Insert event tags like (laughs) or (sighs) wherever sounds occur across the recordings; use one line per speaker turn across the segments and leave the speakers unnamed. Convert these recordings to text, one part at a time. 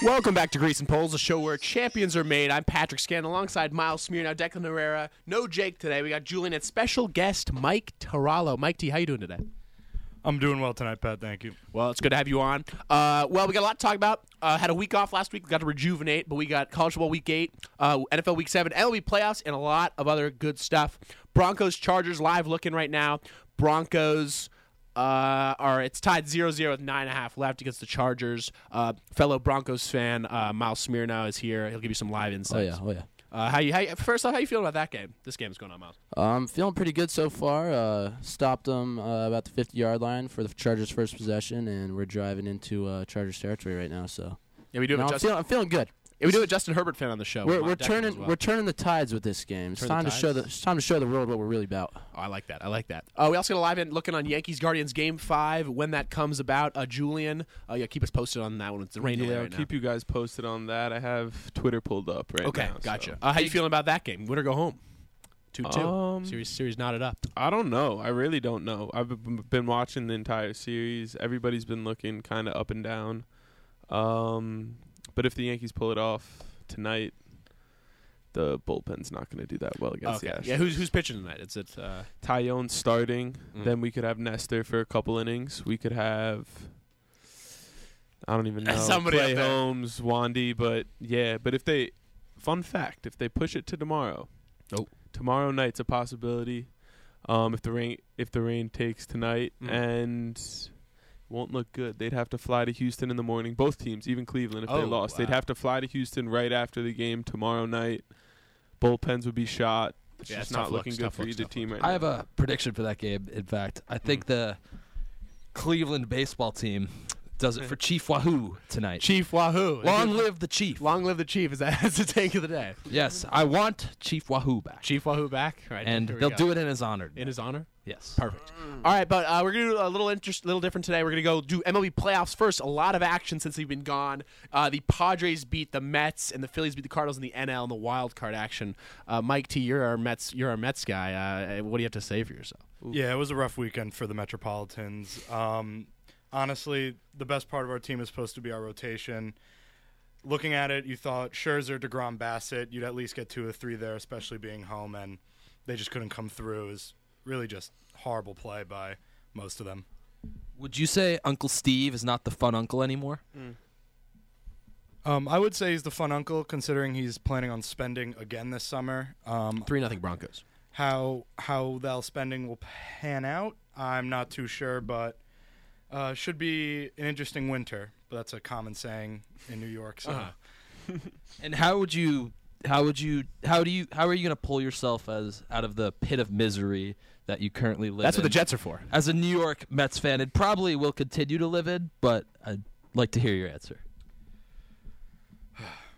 Welcome back to Grease and Poles, the show where champions are made. I'm Patrick Scann alongside Miles Smear. Now, Declan Herrera, no Jake today. We got Julian and special guest Mike Tarallo. Mike T, how you doing today?
I'm doing well tonight, Pat. Thank you.
Well, it's good to have you on. Uh, well, we got a lot to talk about. Uh, had a week off last week. We got to rejuvenate, but we got college football week eight, uh, NFL week seven, MLB playoffs, and a lot of other good stuff. Broncos Chargers live looking right now. Broncos uh, are it's tied 0-0 with nine and a half left against the Chargers. Uh, fellow Broncos fan uh, Miles Smear now is here. He'll give you some live
Oh
insights.
yeah, oh yeah.
Uh, how you, how you? First off, how you feeling about that game? This game's going on, Miles.
Um, feeling pretty good so far. Uh, stopped them uh, about the 50 yard line for the Chargers' first possession, and we're driving into uh, Chargers territory right now. So
Yeah, we do have
No,
a
I'm,
Justin.
feeling, I'm feeling good.
yeah, we do have a Justin Herbert fan on the show.
We're,
Mike
we're
Decker as
turning
well.
we're turning the tides with this game. It's
Turn the
time to show the
tides?
it's time to show the world what we're really about.
Oh, I like that. I like that. Uh, we also got a live in looking on Yankees Guardians game five when that comes about. Uh, Julian, uh, yeah, keep us posted on that one. It's the rain delay
Yeah, I'll
right
keep you guys posted on that. I have Twitter pulled up right
now. Okay,
now. so-
gotcha. Uh, how you feeling about that game? Winner go home. Two two.
Um,
series series knotted up.
I don't know. I really don't know. I've b- been watching the entire series. Everybody's been looking kind of up and down. Um, but if the Yankees pull it off tonight, the bullpen's not going to do that well against
Okay.
the Astros.
Yeah, who's who's pitching tonight? It's it. Uh,
Tyone starting.
Mm.
Then we could have Nestor for a couple innings. We could have I
(laughs)
don't even know
Somebody up
Clay
there.
Holmes, Wandy, but yeah. But if they, fun fact, if they push it to tomorrow,
Oh.
tomorrow night's a possibility. Um, if the rain if the rain takes tonight
Mm.
and won't look good, they'd have to fly to Houston in the morning. Both teams, even Cleveland, if they
Oh,
lost, they'd
wow.
have to fly to Houston right after the game tomorrow night. Bullpens would be shot. It's
Yeah,
just
it's tough
not
luck,
looking
it's
good
tough
for
luck,
either
tough
team right now.
I have a prediction for that game. In fact, I think
Hmm.
the Cleveland baseball team does
(laughs)
it for Chief Wahoo tonight.
Chief Wahoo.
Long live the Chief.
long live the Chief. Is that (laughs) that's the tank of the day?
Yes, I want Chief Wahoo back,
Chief Wahoo back. All right,
and they'll do it in his honor.
in his honor.
yes.
Perfect. All right, but uh, we're gonna do a little interest, little different today. We're gonna go do MLB playoffs first. A lot of action since we've been gone. Uh, the Padres beat the Mets, and the Phillies beat the Cardinals in the NL in the wild card action. Uh, Mike T, you're our Mets, you're our Mets guy. Uh, what do you have to say for yourself?
Yeah, it was a rough weekend for the Metropolitans. Um, honestly, the best part of our team is supposed to be our rotation. Looking at it, you thought Scherzer, Degrom, Bassett, you'd at least get two or three there, especially being home, and they just couldn't come through. It was really just horrible play by most of them.
Would you say Uncle Steve is not the fun uncle anymore?
Mm.
Um, I would say he's the fun uncle, considering he's planning on spending again this summer. Um,
Three nothing Broncos.
how how that spending will pan out, I'm not too sure, but uh, should be an interesting winter. But that's a common saying in New York. So
Uh-huh.
And how would you? How would you? How do you? How are you going to pull yourself as out of the pit of misery that you currently live?
That's what
in?
the Jets are for.
As a New York Mets fan, it probably will continue to live in, but I'd like to hear your answer.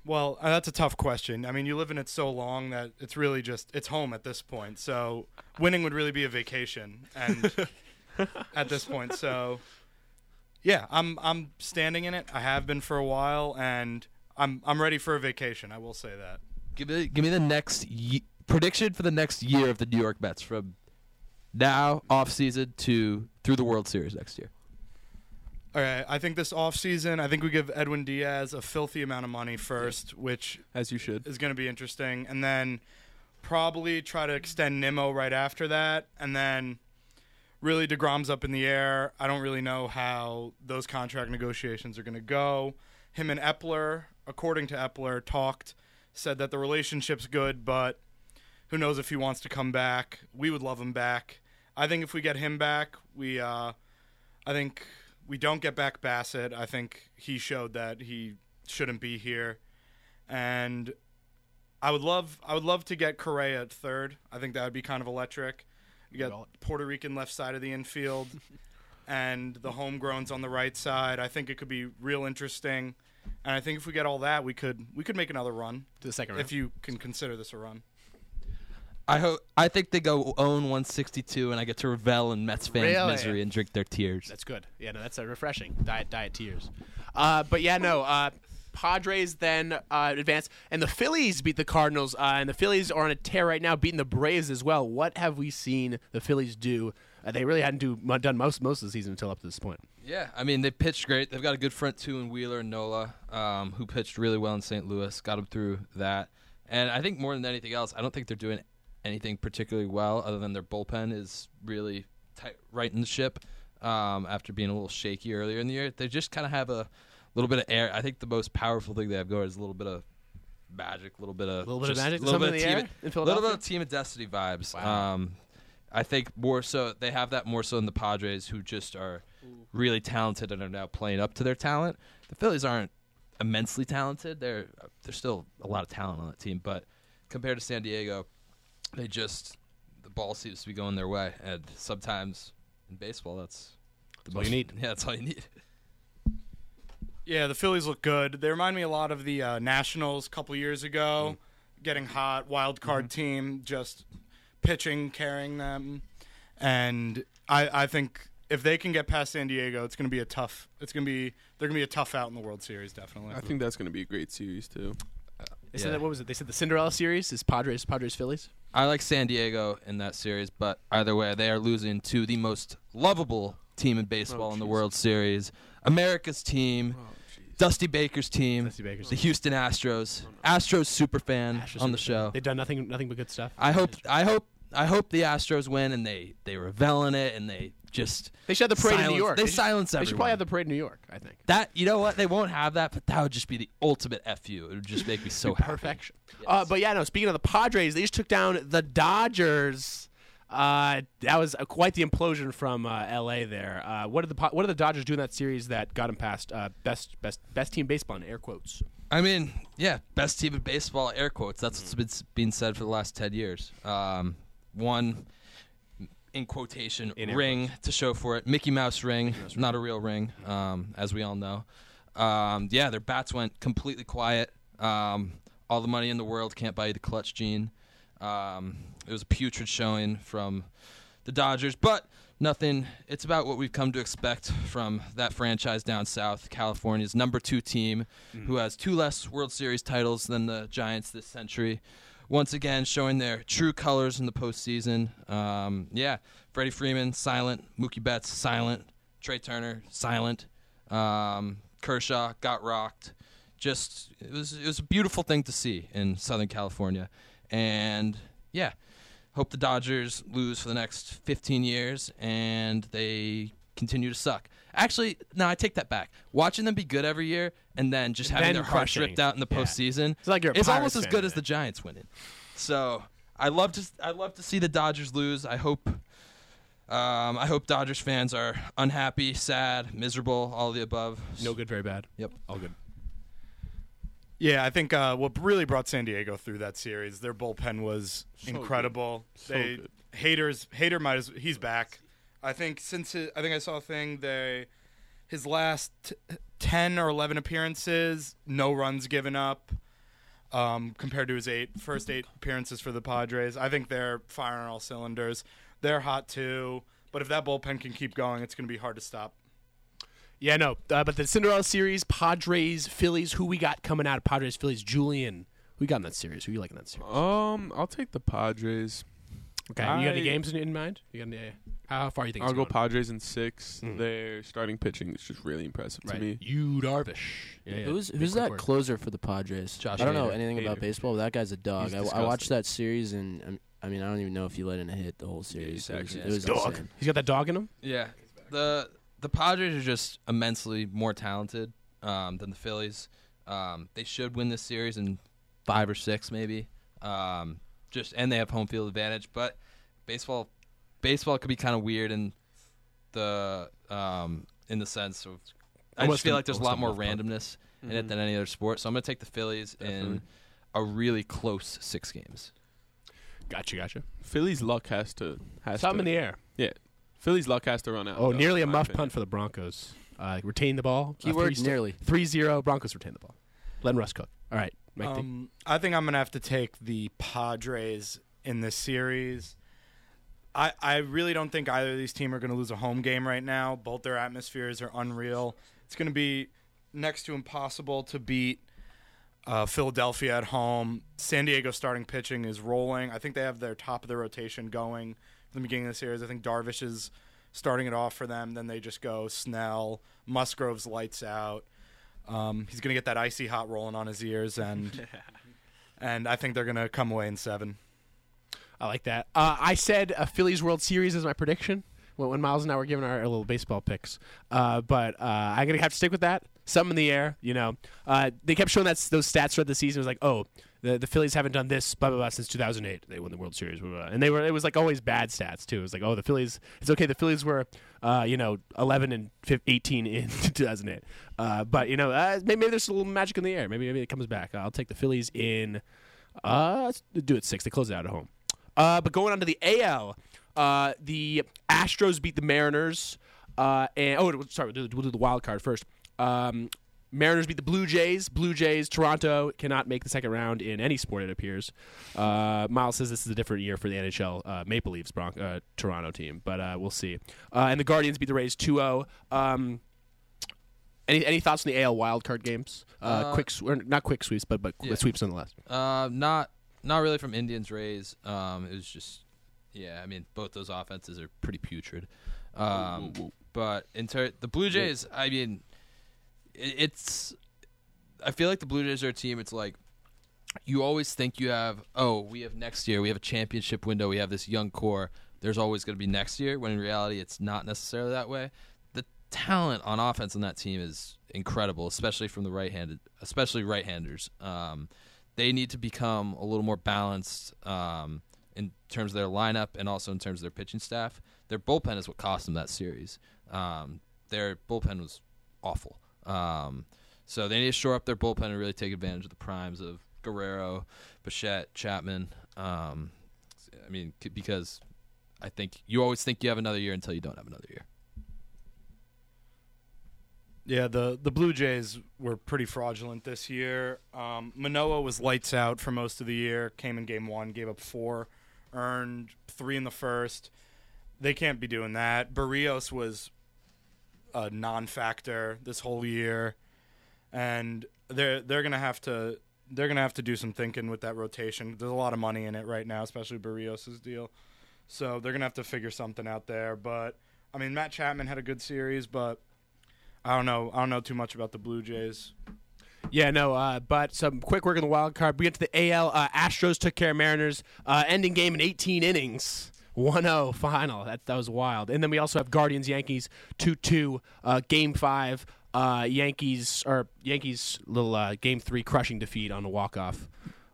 well, uh, that's a tough question. I mean, you live in it so long that it's really just it's home at this point. So winning would really be a vacation, and at this point, so yeah, I'm I'm standing in it. I have been for a while, and I'm I'm ready for a vacation. I will say that.
Give me, give me the next ye- prediction for the next year of the New York Mets from now off season to through the World Series next year.
All right, I think this offseason, I think we give Edwin Diaz a filthy amount of money first, which
as you should.
is going to be interesting, and then probably try to extend Nimmo right after that, and then really Degrom's up in the air. I don't really know how those contract negotiations are going to go. Him and Epler, according to Epler, talked, said that the relationship's good, but who knows if he wants to come back? We would love him back. I think if we get him back, we, uh, I think we don't get back Bassett. I think he showed that he shouldn't be here, and I would love, I would love to get Correa at third. I think that would be kind of electric. You got Puerto Rican left side of the infield, and the homegrowns on the right side. I think it could be real interesting, and I think if we get all that, we could, we could make another run.
To the second round.
If you can consider this a run.
I hope I think they go own 162, and I get to revel in Mets fans'
Really?
misery and drink their tears.
That's good. Yeah, no, that's a refreshing diet diet tears. Uh, but yeah, no. Uh, Padres then uh, advance, and the Phillies beat the Cardinals, uh, and the Phillies are on a tear right now, beating the Braves as well. What have we seen the Phillies do Uh, they really hadn't do, mu- done most most of the season until up to this point.
Yeah, I mean they pitched great. They've got a good front two in Wheeler and Nola, um, who pitched really well in St. Louis. Got them through that, and I think more than anything else, I don't think they're doing anything particularly well other than their bullpen is really tight, right in the ship. Um, after being a little shaky earlier in the year, they just kind of have a little bit of air. I think the most powerful thing they have going is a little bit of magic, a little bit of
Little bit of
just
magic?
a little bit
Something
of
in the air in
team, a little bit
Philadelphia?
of team of destiny vibes.
Wow.
Um, I think more so they have that more so in the Padres, who just are really talented and are now playing up to their talent. The Phillies aren't immensely talented. They're there's still a lot of talent on that team, but compared to San Diego, they just the ball seems to be going their way, and sometimes in baseball, that's the
all you need.
(laughs) Yeah, that's all you need.
Yeah, the Phillies look good. They remind me a lot of the uh, Nationals a couple years ago,
Mm-hmm.
getting hot, wild card team, just pitching, carrying them, and I, I think if they can get past San Diego, it's going to be a tough. It's going to be they're going to be a tough out in the World Series, definitely.
I think that's going to be a great series too.
They
Yeah.
said that, what was it? They said the Cinderella series is Padres, Padres, Phillies.
I like San Diego in that series, but either way, they are losing to the most lovable team in baseball
Oh,
in the
jeez.
World Series, America's team, Dusty Baker's team,
Oh, Dusty Baker's
the
team. Oh,
Houston Astros, Astros super fan
Astros
on the
superstar.
show.
They've done nothing, nothing but good stuff.
I hope, I hope, I hope the Astros win, and they they revel in it, and they just
they should have the parade in
silence-
New York.
They,
should-
silence
They
everyone.
should probably have the parade in New York. I think.
that you know what they won't have that, but that would just be the ultimate fu. It would just make me so happy.
perfection. Uh, but yeah, no. Speaking of the Padres, they just took down the Dodgers. Uh, that was uh quite the implosion from uh, L.A. There. Uh, what did the Pa- What did the Dodgers do in that series that got them past uh, best best best team baseball in air quotes?
I mean, yeah, best team in baseball, air quotes. That's what's been s- being said for the last 10 years. Um, one, in quotation,
In air
ring to show for it. Mickey Mouse ring, not a real ring, um, as we all know. Um, yeah, their bats went completely quiet. Um, all the money in the world can't buy you the clutch gene. Um, it was a putrid showing from the Dodgers, but nothing. It's about what we've come to expect from that franchise down south, California's number two team, who has two less World Series titles than the Giants this century. Once again, showing their true colors in the postseason. Um, yeah, Freddie Freeman silent, Mookie Betts silent, Trey Turner silent, um, Kershaw got rocked. Just it was it was a beautiful thing to see in Southern California, and yeah, hope the Dodgers lose for the next 15 years and they continue to suck. Actually, no, I take that back. Watching them be good every year and then just
And
having
then
their hearts
crushing.
ripped out in the
Yeah.
postseason
It's like you're a
is
Pirates
almost as
fan,
good as
man.
the Giants winning. So I love to I love to see the Dodgers lose. I hope um, I hope Dodgers fans are unhappy, sad, miserable, all the above.
No good, very bad.
Yep.
All good.
Yeah, I think uh, what really brought San Diego through that series, their bullpen was incredible. they
good.
haters hater might as he's back. I think since his, I think I saw a thing they his last t- ten or eleven appearances, no runs given up. Um, compared to his eight first eight appearances for the Padres, I think they're firing all cylinders. They're hot too, but if that bullpen can keep going, it's going to be hard to stop.
Yeah, no. Uh, but the Cinderella series, Padres, Phillies. Who we got coming out of Padres, Phillies? Julian. Who we got in that series? Who you like in that series?
Um, I'll take the Padres.
Okay. you got any
I-
games in, in mind? You got any? uh, How far you think?
I'll
it's
go
going?
Padres in six.
Mm-hmm.
Their starting pitching is just really impressive to
Right.
me.
You Darvish. Yeah, yeah.
Who's
Big
who's
quick
that
word.
closer for the Padres?
Josh
I don't know
Hader.
anything about
Hader.
baseball, but that guy's a dog.
He's
I, I
disgusting.
watched that series, and um, I mean, I don't even know if he let in a hit the whole series.
he's
it was, it
actually-
was
dog?
insane.
He's got that dog in him.
Yeah. The the Padres are just immensely more talented um, than the Phillies. Um, they should win this series in five or six, maybe. Um, just and they have home field advantage, but baseball baseball could be kind of weird in the um, in the sense of I
Almost
just feel
an-
like there's a lot more
almost an
randomness in
Mm-hmm.
it than any other sport. So I'm gonna take the Phillies in
Mm-hmm. Definitely.
a really close six games.
Gotcha, gotcha.
Philly's luck has to has
Something in
to.
the air.
yeah, Philly's luck has to run out.
Oh,
though,
nearly a
in my
muff
opinion.
punt for the Broncos. Uh, retain the ball.
Keyword
uh,
nearly.
3 0. Broncos retain the ball. Len Russ cook. All right. Mike D.
Um, I think I'm gonna have to take the Padres in this series. I I really don't think either of these teams are gonna lose a home game right now. Both their atmospheres are unreal. It's gonna be next to impossible to beat uh, Philadelphia at home. San Diego starting pitching is rolling. I think they have their top of the rotation going. the beginning of the series. I think Darvish is starting it off for them. Then they just go Snell, Musgrove's lights out. Um, he's going to get that icy hot rolling on his ears, and and I think they're going to come away in seven.
I like that. Uh, I said a Phillies World Series is my prediction when, when Miles and I were giving our, our little baseball picks. Uh, but uh, I'm gonna have to stick with that. Some in the air, you know. Uh, they kept showing that s- those stats throughout the season. It was like, oh, the, the Phillies haven't done this blah blah blah since 2008. They won the World Series, blah, blah, blah. and they were it was like always bad stats too. It was like, oh, the Phillies. It's okay. The Phillies were, uh, you know, 11 and fif- 18 in (laughs) 2008. Uh, but you know, uh, maybe, maybe there's a little magic in the air. Maybe maybe it comes back. I'll take the Phillies in. Uh, let's do it six. They close it out at home. Uh, but going on to the AL, uh, the Astros beat the Mariners. Uh, and oh, we'll- sorry, we'll do, we'll do the wild card first. Um, Mariners beat the Blue Jays. Blue Jays, Toronto cannot make the second round in any sport, it appears. Uh, Miles says this is a different year for the NHL uh, Maple Leafs Bron- uh, Toronto team, but uh, we'll see. Uh, and the Guardians beat the Rays 2 0. Um, any, any thoughts on the AL wild card games? Uh,
Uh,
quick, sw- or not quick sweeps, but but
Yeah.
sweeps nonetheless.
Uh, not not really from Indians Rays. Um, it was just yeah. I mean, both those offenses are pretty putrid. Um, but in ter- the Blue Jays, I mean, i- it's. I feel like the Blue Jays are a team. It's like you always think you have. Oh, we have next year. We have a championship window. We have this young core. There's always going to be next year. When in reality, it's not necessarily that way. The talent on offense on that team is incredible, especially from the right-handed, especially right-handers. Um, they need to become a little more balanced um, in terms of their lineup and also in terms of their pitching staff. Their bullpen is what cost them that series. Um, their bullpen was awful. Um, so they need to shore up their bullpen and really take advantage of the primes of Guerrero, Bichette, Chapman. Um, I mean, c- because I think you always think you have another year until you don't have another year.
Yeah, the the Blue Jays were pretty fraudulent this year. Um, Manoa was lights out for most of the year. Came in game one, gave up four, earned three in the first. They can't be doing that. Barrios was a non-factor this whole year, and they're they're gonna have to they're gonna have to do some thinking with that rotation. There's a lot of money in it right now, especially Barrios' deal. So they're gonna have to figure something out there. But I mean, Matt Chapman had a good series, but I don't know. I don't know too much about the Blue Jays.
Yeah, no, uh, but some quick work in the wild card. We get to the AL. Uh, Astros took care of Mariners, uh, ending game in 18 innings. 1 0 final. That, that was wild. And then we also have Guardians Yankees 2 2, uh, game five. Uh, Yankees, or Yankees, little uh, game three crushing defeat on a walk off.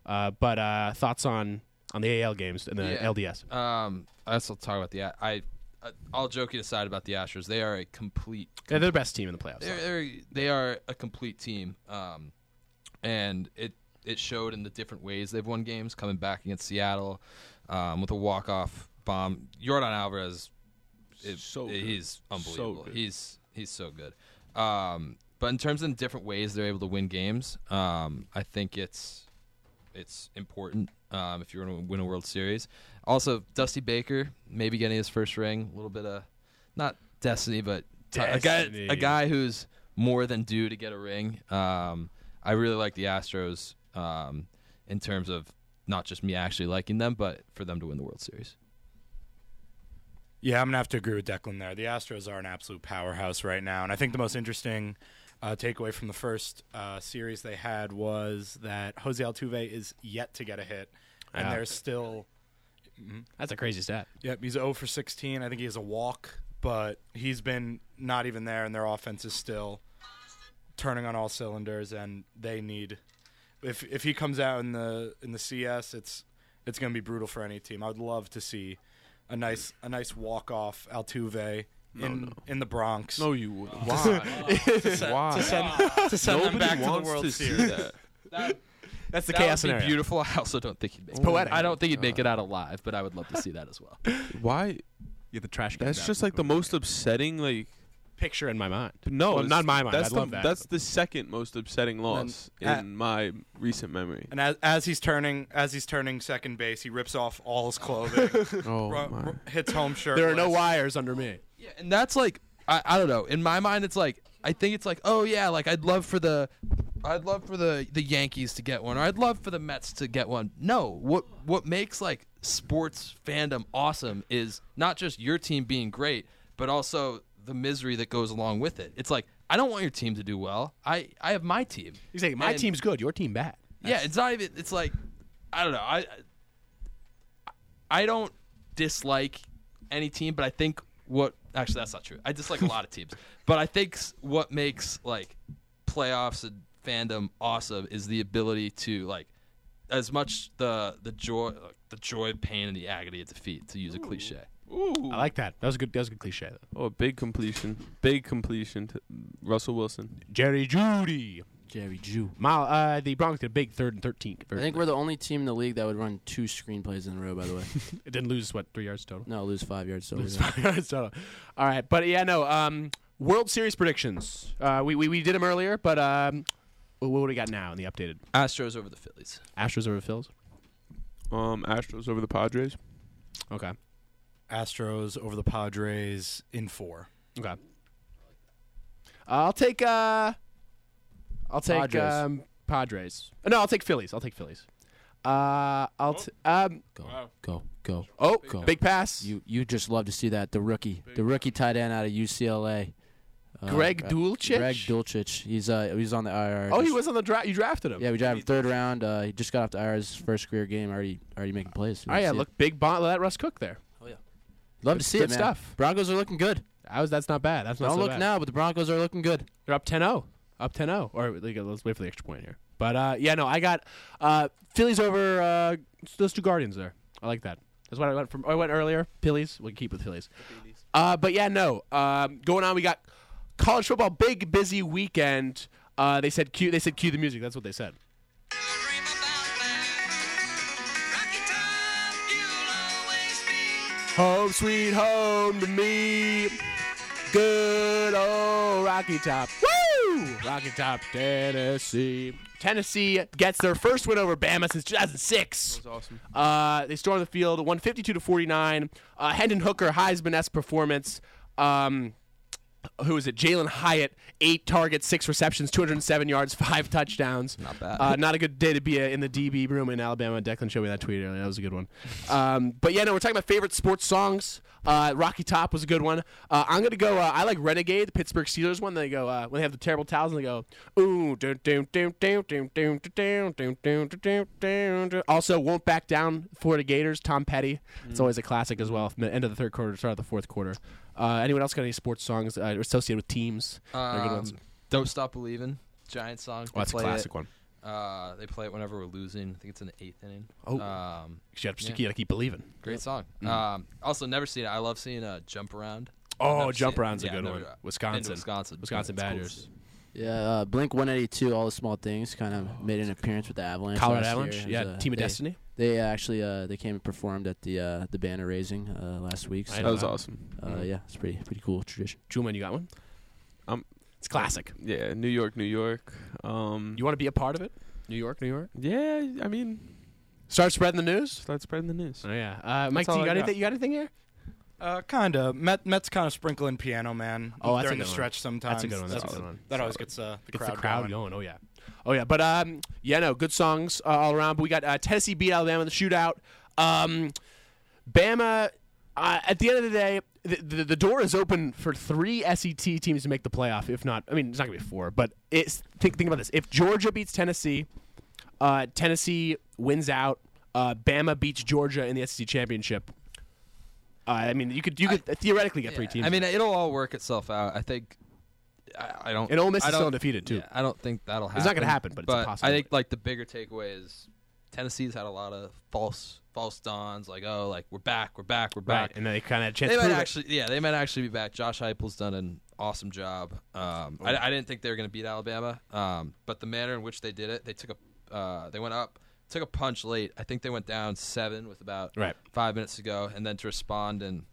Uh, but uh, thoughts on, on the AL games and the
Yeah.
LDS?
Um, I also talk about the A- I. uh, I- All joking aside about the Astros, they are a complete
Yeah, they're the best team in the playoffs.
they're, they're they are a complete team, um, and it it showed in the different ways they've won games. Coming back against Seattle um, with a walk off bomb, Jordan Alvarez, it,
So good.
he's unbelievable.
good.
He's he's so good. Um, but in terms of the different ways they're able to win games, um, I think it's it's important um, if you're going to win a World Series. Also, Dusty Baker maybe getting his first ring, a little bit of not destiny, but t- a guy
Destiny.
a guy who's more than due to get a ring. Um, I really like the Astros um, in terms of not just me actually liking them, but for them to win the World Series.
Yeah, I'm gonna have to agree with Declan there. The Astros are an absolute powerhouse right now, and I think the most interesting uh, takeaway from the first uh, series they had was that Jose Altuve is yet to get a hit, and
Yeah.
they're still.
That's a crazy stat.
Yep, he's 0 for 16. I think he has a walk, but he's been not even there, and their offense is still turning on all cylinders, and they need. If if he comes out in the in the CS, it's it's going to be brutal for any team. I would love to see a nice a nice walk off Altuve in in the Bronx.
No, you would. (laughs) Why? Why?
to send
Nobody
them back to the
wants
World
to see
Series.
that.
That's the
that
chaos
would be
scenario.
beautiful. I also don't think he'd make Uh. it's
poetic.
I don't think he'd make it out alive, but I would love to see that as well.
Why?
Yeah, the trash.
That's just like the most upsetting. Like
picture in my mind.
no,
Well,
it's-
not in my mind.
That's
I'd
the,
love that.
That's the second most upsetting loss
Then, uh,
in my recent memory.
And as, as he's turning as he's turning second base, he rips off all his clothing,
(laughs) Oh
ru-
my!
ru- hits home shirt.
There are no wires under me.
Yeah, and that's like I, I don't know. In my mind, it's like I think it's like oh yeah, like I'd love for the I'd love for the the Yankees to get one, or I'd love for the Mets to get one. No, what what makes like sports fandom awesome is not just your team being great, but also the misery that goes along with it. It's like I don't want your team to do well. I I have my team.
Exactly. My
And-
team's good. Your team bad.
Yeah, it's not even. It's like I don't know. I I don't dislike any team, but I think what actually that's not true. I dislike a lot of
(laughs)
teams, but I think s- what makes like playoffs and fandom awesome is the ability to like as much the the joy like, the joy of pain and the agony of defeat to use a cliche.
Ooh.
I like that. That was a good. That was a good cliche. Though.
Oh, big completion. Big completion to Russell Wilson.
Jerry Judy.
Jerry Jew.
Mile, uh, the Broncos did a big third and thirteen.
I
conversion.
think we're the only team in the league that would run two screenplays in a row. By the way,
it didn't lose what three yards total. (laughs)
no, lose five yards. So
Lose five yards total. All right, but yeah, no. Um, World Series predictions. Uh, we, we we did them earlier, but um, what do we got now in the updated
Astros over the Phillies.
Astros over Phils?
Um, Astros over the Padres.
Okay,
Astros over the Padres in four.
okay. I'll take uh, I'll take
Padres.
um Padres. No, I'll take Phillies. I'll take Phillies. Uh, I'll t- um.
go, go, go.
Oh,
Go.
big pass.
You you just love to see that the rookie, the rookie tight end out of UCLA, uh,
Greg
uh,
Dulcich.
Greg Dulcich. He's uh he's on the IR.
Oh, he
Just-
was on the draft. You drafted him.
Yeah, we drafted him third round. Uh, he just got off the IR his first career game. Already already making plays. We
Oh yeah,
see it.
look, big bond. That Russ Cook there.
love
good-
to see
good
it, man.
stuff.
Broncos are looking good.
I was. That's not bad. That's not
Don't
so
look
bad.
now, but the Broncos are looking good.
They're up 10-0. Up 10-0. Or like, let's wait for the extra point here. But uh, yeah, no, I got uh, Phillies over uh, those two Guardians there. I like that. That's what I went from. I went earlier. Phillies. We can keep with Phillies. Uh, but yeah, no. Um, going on, we got college football. Big busy weekend. Uh, they said cue. They said cue the music. That's what they said.
Dream about that. Rocky Top, you'll always be.
Home sweet home to me. Good old Rocky Top. Woo! Rocky Top, Tennessee. Tennessee gets their first win over Bama since 2006.
awesome.
Uh, they stormed the field, 152 to 49. Uh, Hendon Hooker, Heisman-esque performance. Um, who is it? Jalen Hyatt, eight targets, six receptions, 207 yards, (laughs) five touchdowns. Not
bad.
Uh, not a good day to be uh in the DB room in Alabama. Declan showed me that tweet earlier. That was a good one. Um, but yeah, no, we're talking about favorite sports songs. Uh, Rocky Top was a good one. Uh, I'm gonna go. Uh, I like Renegade, the Pittsburgh Steelers one. They go uh, when they have the terrible towels and they go ooh. dun, dun, dun, dun, dun, dun, dun, dun, dun, dun, dun, dun, dun. Also, won't back down for the Gators. Tom Petty. It's always a classic as well. From the end of the third quarter, start of the fourth quarter. Uh, anyone else got any sports songs uh, associated with teams? They're good
Um,
ones.
Don't stop believing. Giant song.
Oh, that's a
They play
classic one.
It. Uh, they play it whenever we're losing. I think it's in the eighth inning.
Oh.
Um,
'Cause You gotta,
Yeah.
you gotta keep believing.
Great song.
Mm-hmm.
Um, also, never seen it. I love seeing uh, Jump Around. I've
Oh,
never
jump
seen it.
around's a
Yeah,
good
never-
one.
I've been to
Wisconsin.
Wisconsin.
Wisconsin
It's cool to
Badgers.
see.
Yeah, uh, Blink 182, all the small things, kind of made an appearance with the Avalanche.
Colorado
last
Avalanche.
year. It
Yeah,
was, uh,
Team of
they,
Destiny.
They actually uh, they came and performed at the uh, the banner raising uh, last week.
I
That
So,
was awesome.
uh, yeah, it's pretty pretty cool tradition.
Julian, you got one?
Um,
it's classic.
Yeah, New York, New York. Um,
You want to be a part of it? New York, New York.
yeah, I mean,
Start spreading the news.
start spreading the news.
Oh yeah, uh, Mike. Do
That's all
you
I
got
got.
anything? You got anything here?
Uh, kinda. Met, Mets kind of sprinkle in Piano Man
Oh, that's a
during the
good one.
stretch
That's
sometimes.
a good one. That's a good one.
That always gets uh, the,
Gets
crowd
the crowd
going.
going. Oh yeah, oh yeah. But um, yeah, no, good songs uh, all around. But we got uh, Tennessee beat Alabama in the shootout. Um, Bama. Uh, at the end of the day, the, the, the door is open for three SET teams to make the playoff. If not, I mean, it's not gonna be four. But it's think think about this: if Georgia beats Tennessee, uh, Tennessee wins out. Uh, Bama beats Georgia in the SEC championship. Uh, I mean, you could you could theoretically get three
Yeah,
teams.
I mean, it'll all work itself out. I think. I, I don't.
and Ole Miss
I
is still
don't-
undefeated too.
yeah, I don't think that'll happen.
It's not gonna happen, but it's a
I
possibility.
think like the bigger takeaway is Tennessee's had a lot of false false dawns. Like oh, like we're back, we're back, we're
Right,
back.
and they kind of had a chance.
they
to
might
prove it.
actually, yeah, they might actually be back. Josh Heupel's done an awesome job. Um,
Oh.
I, I didn't think they were going to beat Alabama, um, but the manner in which they did it, they took a, uh, they went up, took a punch late. I think they went down seven with about
Right.
five minutes to go, and then to respond and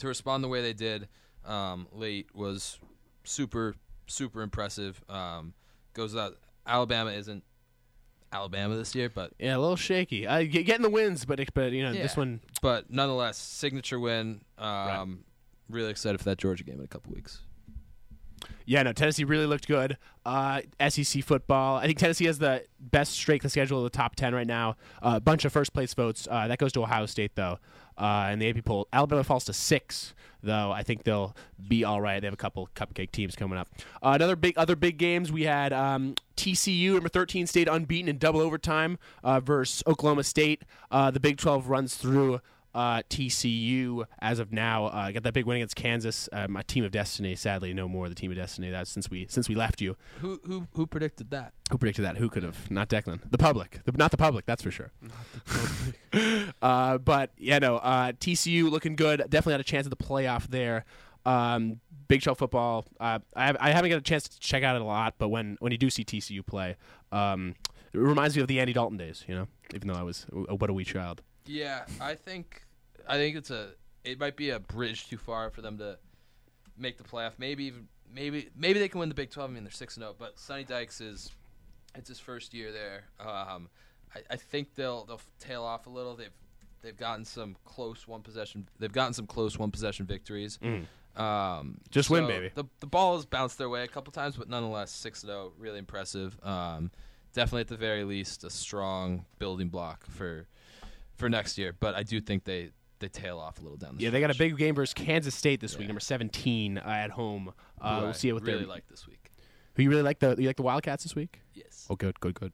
to respond the way they did um, late was super super impressive. Um, goes out. Alabama isn't Alabama this year, but
Yeah, a little shaky. Uh, get- getting the wins, but but you know this
Yeah.
one.
but nonetheless, signature win. Um, Really excited for that Georgia game in a couple weeks.
Yeah, no, Tennessee really looked good. Uh, SEC football. I think Tennessee has the best strength of schedule of the top 10 right now. A bunch of first place votes. Uh, that goes to Ohio State, though. Uh, and the AP poll. Alabama falls to six, though. I think they'll be all right. They have a couple cupcake teams coming up. Uh, another big, other big games. We had um, TCU, number 13, stayed unbeaten in double overtime uh, versus Oklahoma State. Uh, the Big 12 runs through uh, TCU as of now. Uh, got that big win against Kansas. Uh, my team of destiny, sadly, no more the team of destiny. That's since we since we left you.
Who who who predicted that?
Who predicted that? Who could have? Not Declan. The public. The, not the public, that's for sure. (laughs) uh, but, yeah, no, uh, TCU looking good. Definitely had a chance at the playoff there. Um, Big 12 football. Uh, I, I haven't got a chance to check out it a lot, but when, when you do see TCU play, um, it reminds me of the Andy Dalton days, you know, even though I was a, what a wee child.
Yeah, I think I think it's a it might be a bridge too far for them to make the playoff. Maybe even maybe maybe they can win the Big Twelve. I mean, they're six and zero, but Sonny Dykes is it's his first year there. Um, I, I think they'll they'll tail off a little. They've they've gotten some close one possession. They've gotten some close one possession victories. Um,
Mm. Just win, baby.
The the ball has bounced their way a couple times, but nonetheless, six zero, really impressive. Um, definitely at the very least a strong building block for for next year, but I do think they they tail off a little down the
Yeah, they got a
stretch.
big game versus Kansas State this week, number 17 uh, at home. Uh,
Who I
We'll see what
really
they're.
like this week.
Who you really like the you like the Wildcats this week?
Yes.
Oh, good, good, good.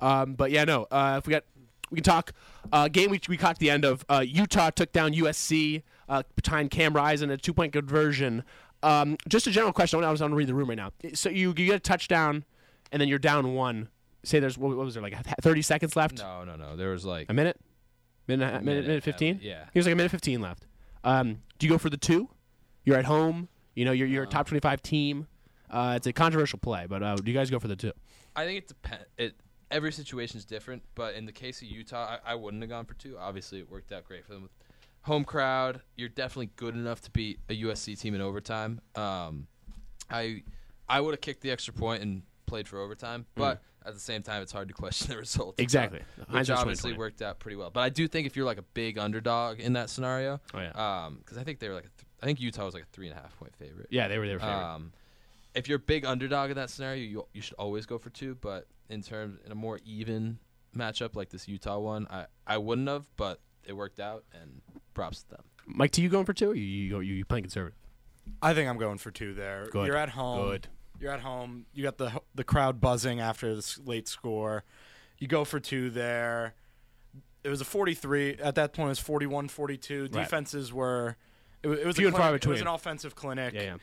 Um, but yeah, no. Uh, if we got, we can talk. Uh, game we we caught the end of. Uh, Utah took down USC uh, behind Cam Rising a two point conversion. Um, just a general question. I don't- I was on read the room right now. So you you get a touchdown, and then you're down one. Say there's what, what was there like thirty seconds left?
No, no, no. There was like
A minute, minute, minute, minute,
minute,
fifteen.
yeah.
he was like a minute fifteen left. Um, do you go for the two? You're at home. You know you're you're a top twenty five team. Uh, it's a controversial play, but uh, do you guys go for the two?
I think it depends. It every situation is different, but in the case of Utah, I, I wouldn't have gone for two. Obviously, it worked out great for them with home crowd. You're definitely good enough to beat a USC team in overtime. Um, I I would have kicked the extra point and played for overtime, but at the same time, it's hard to question the (laughs) result.
Mm. Exactly.
which
Hindsight's
obviously
20.
worked out pretty well. But I do think if you're like a big underdog in that scenario,
Oh, yeah.
because I think they were like, a th- I think Utah was like a three and a half point favorite.
Yeah, they were their favorite.
Um, if you're a big underdog in that scenario, you you should always go for two. But in terms in a more even matchup like this Utah one, I, I wouldn't have, but it worked out, and props to them.
Mike, do you going for two? Or you you you you playing conservative?
I think I'm going for two there.
Good.
You're at home.
Good.
You're at home. You got the the crowd buzzing after this late score. You go for two there. It was a 43. At that point, it was 41 42.
Right.
Defenses were. It, wa- it was
Few
a
and far
clinic. It was
between.
an offensive clinic.
Yeah, yeah.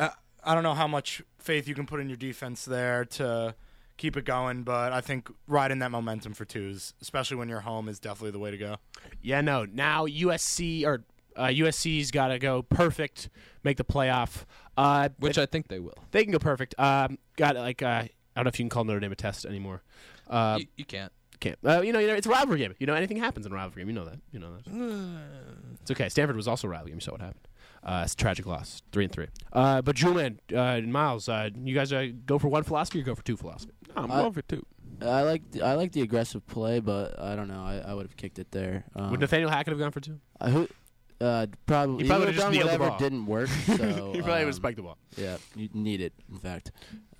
Uh, I don't know how much faith you can put in your defense there to keep it going, but I think riding that momentum for twos, especially when you're home, is definitely the way to go.
Yeah, no. Now USC or uh, USC's got to go perfect, make the playoff. Uh,
Which
they,
I think they will.
they can go perfect. Um, got like uh, I don't know if you can call Notre Dame a test anymore. Uh,
you,
(sighs) (laughs)
you can't. (sighs)
can't. Uh, you know, you know, it's a rivalry game. You know, anything happens in a rivalry game. You know that. You know that. it's okay. Stanford was also a rivalry game. You saw what happened. Uh, it's a tragic loss, three and three. Uh, but Julian, uh, and Miles, uh, you guys uh, go for one philosophy or go for two philosophy?
No, I'm
I-
going for two.
I like the, I like the aggressive play, but I don't know. I, I would have kicked it there. Um,
Would Nathaniel Hackett have gone for two?
I, who, uh, probably
He probably
would
just
have done
kneeled the
whatever
ball. (laughs)
didn't work. So,
(laughs) he probably would
um,
spike the ball.
Yeah, you need it. In fact,